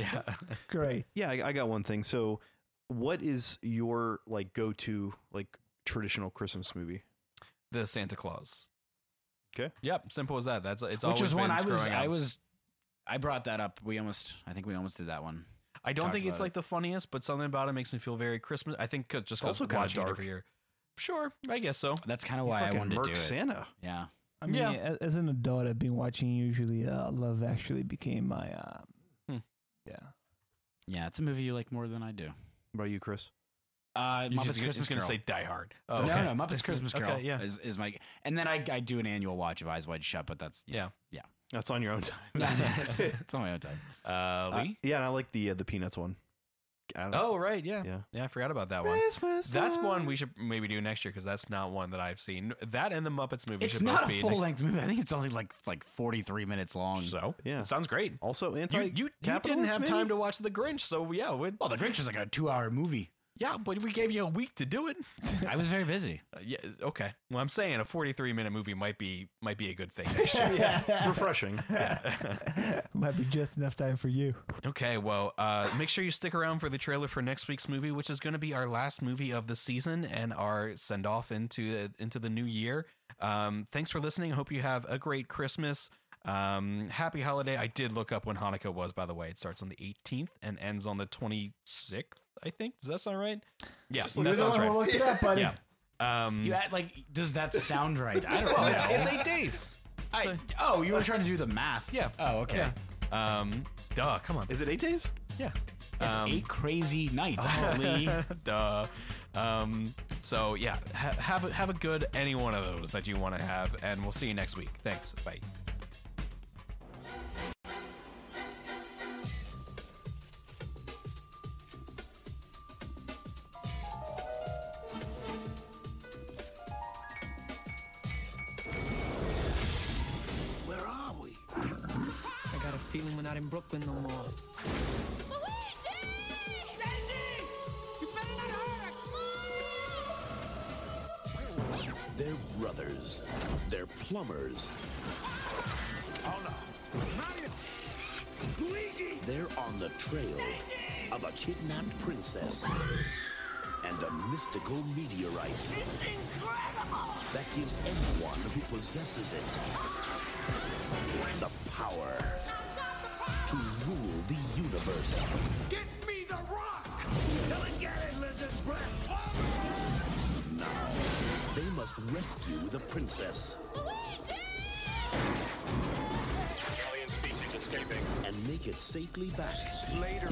A: yeah.
D: great.
B: Yeah, I, I got one thing. So, what is your like go to like traditional Christmas movie?
A: the Santa Claus.
B: 'Kay.
A: Yep. Simple as that. That's it's
C: which
A: always
C: was one
A: been
C: I was.
A: growing
C: I
A: up.
C: was. I brought that up. We almost. I think we almost did that one.
A: I don't
C: talked
A: think it's
C: about
A: like the funniest, but something about it makes me feel very Christmas. I think 'cause- just 'cause
B: also kinda
A: watching it
B: dark.
A: every year. Sure, Oh, I guess so.
C: That's kind of
B: You
C: why I
B: fucking
C: wanted to do
B: murk
C: it.
B: Santa.
C: Yeah.
D: I mean,
A: Yeah.
D: a- as an adult, I've been watching usually uh, Love Actually became my uh,
A: Hmm.
D: yeah.
C: Yeah, it's a movie you like more than I do.
B: What about you, Chris?
C: Uh,
A: You
C: Muppets
A: just,
C: Christmas
A: going to
C: Carol.
A: say Die Hard. Oh,
C: No,
A: okay.
C: no, Muppets Christmas Carol
A: Okay, yeah.
C: is, is my, and then I, I do an annual watch of Eyes Wide Shut, but that's
A: Yeah.
B: That's on your own time.
C: That's- it's on my own time.
A: Uh,
B: Uh,
A: Lee?
B: yeah, and I like the uh, the Peanuts one. I don't-
A: oh, right. Yeah. yeah.
B: yeah.
A: I forgot about that one.
B: Christmas.
A: That's
B: time.
A: one we should maybe do next year because that's not one that I've seen. That and the Muppets movie
C: It's
A: should
C: not
A: both
C: a
A: be
C: full
A: next-
C: length movie. I think it's only like like forty three minutes long.
A: So,
B: Yeah.
A: it sounds great.
B: Also
A: You,
B: anti.
A: you, you didn't have time to watch The Grinch, so yeah, we
C: well, The Grinch was like a two hour movie.
A: yeah, but we gave you a week to do it.
C: I was very busy.
A: Uh, yeah, okay. Well, I'm saying a 43 minute movie might be might be a good thing. next year.
B: refreshing.
D: Might be just enough time for you.
A: okay, well, uh, make sure you stick around for the trailer for next week's movie, which is going to be our last movie of the season and our send off into into the new year. Um, thanks for listening. Hope you have a great Christmas. Um, happy holiday. I did look up when Hanukkah was, by the way. It starts on the 18th and ends on the 26th. I think. Does that sound right? Yeah, that sounds right.
D: Look it up, buddy.
A: Yeah. Um,
C: You act like does that sound right? I don't
A: well,
C: know.
A: it's, it's eight days.
C: I, oh, you were trying to do the math.
A: Yeah.
C: Oh, okay.
A: Um, duh. Come on.
B: Is it eight days?
A: Yeah.
C: It's
A: Um,
C: eight crazy nights. Lee.
A: Duh. Um, so yeah, ha- have a, have a good any one of those that you want to have, and we'll see you next week. Thanks. Bye.
E: Where are we? I got a feeling we're not in Brooklyn no more.
F: Luigi! Daisy! You better not hurt her!
G: They're brothers. They're plumbers. They're on the trail of a kidnapped princess and a mystical meteorite
F: It's incredible!
G: that gives anyone who possesses it the power to rule the universe.
E: Get me the rock! Come and get it, lizard breath!
G: They must rescue the princess
F: Luigi!
H: Alien species escaping.
G: and make it safely back
E: Later,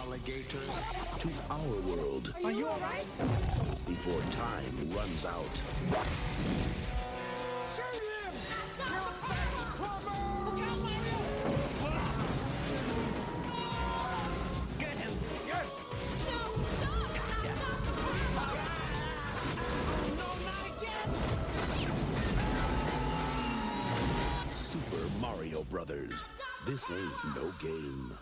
E: alligator.
G: to our world
F: Are you alright?
G: before time runs out.
E: Shoot him! You're a bad plumber!
G: Brothers. This ain't no game.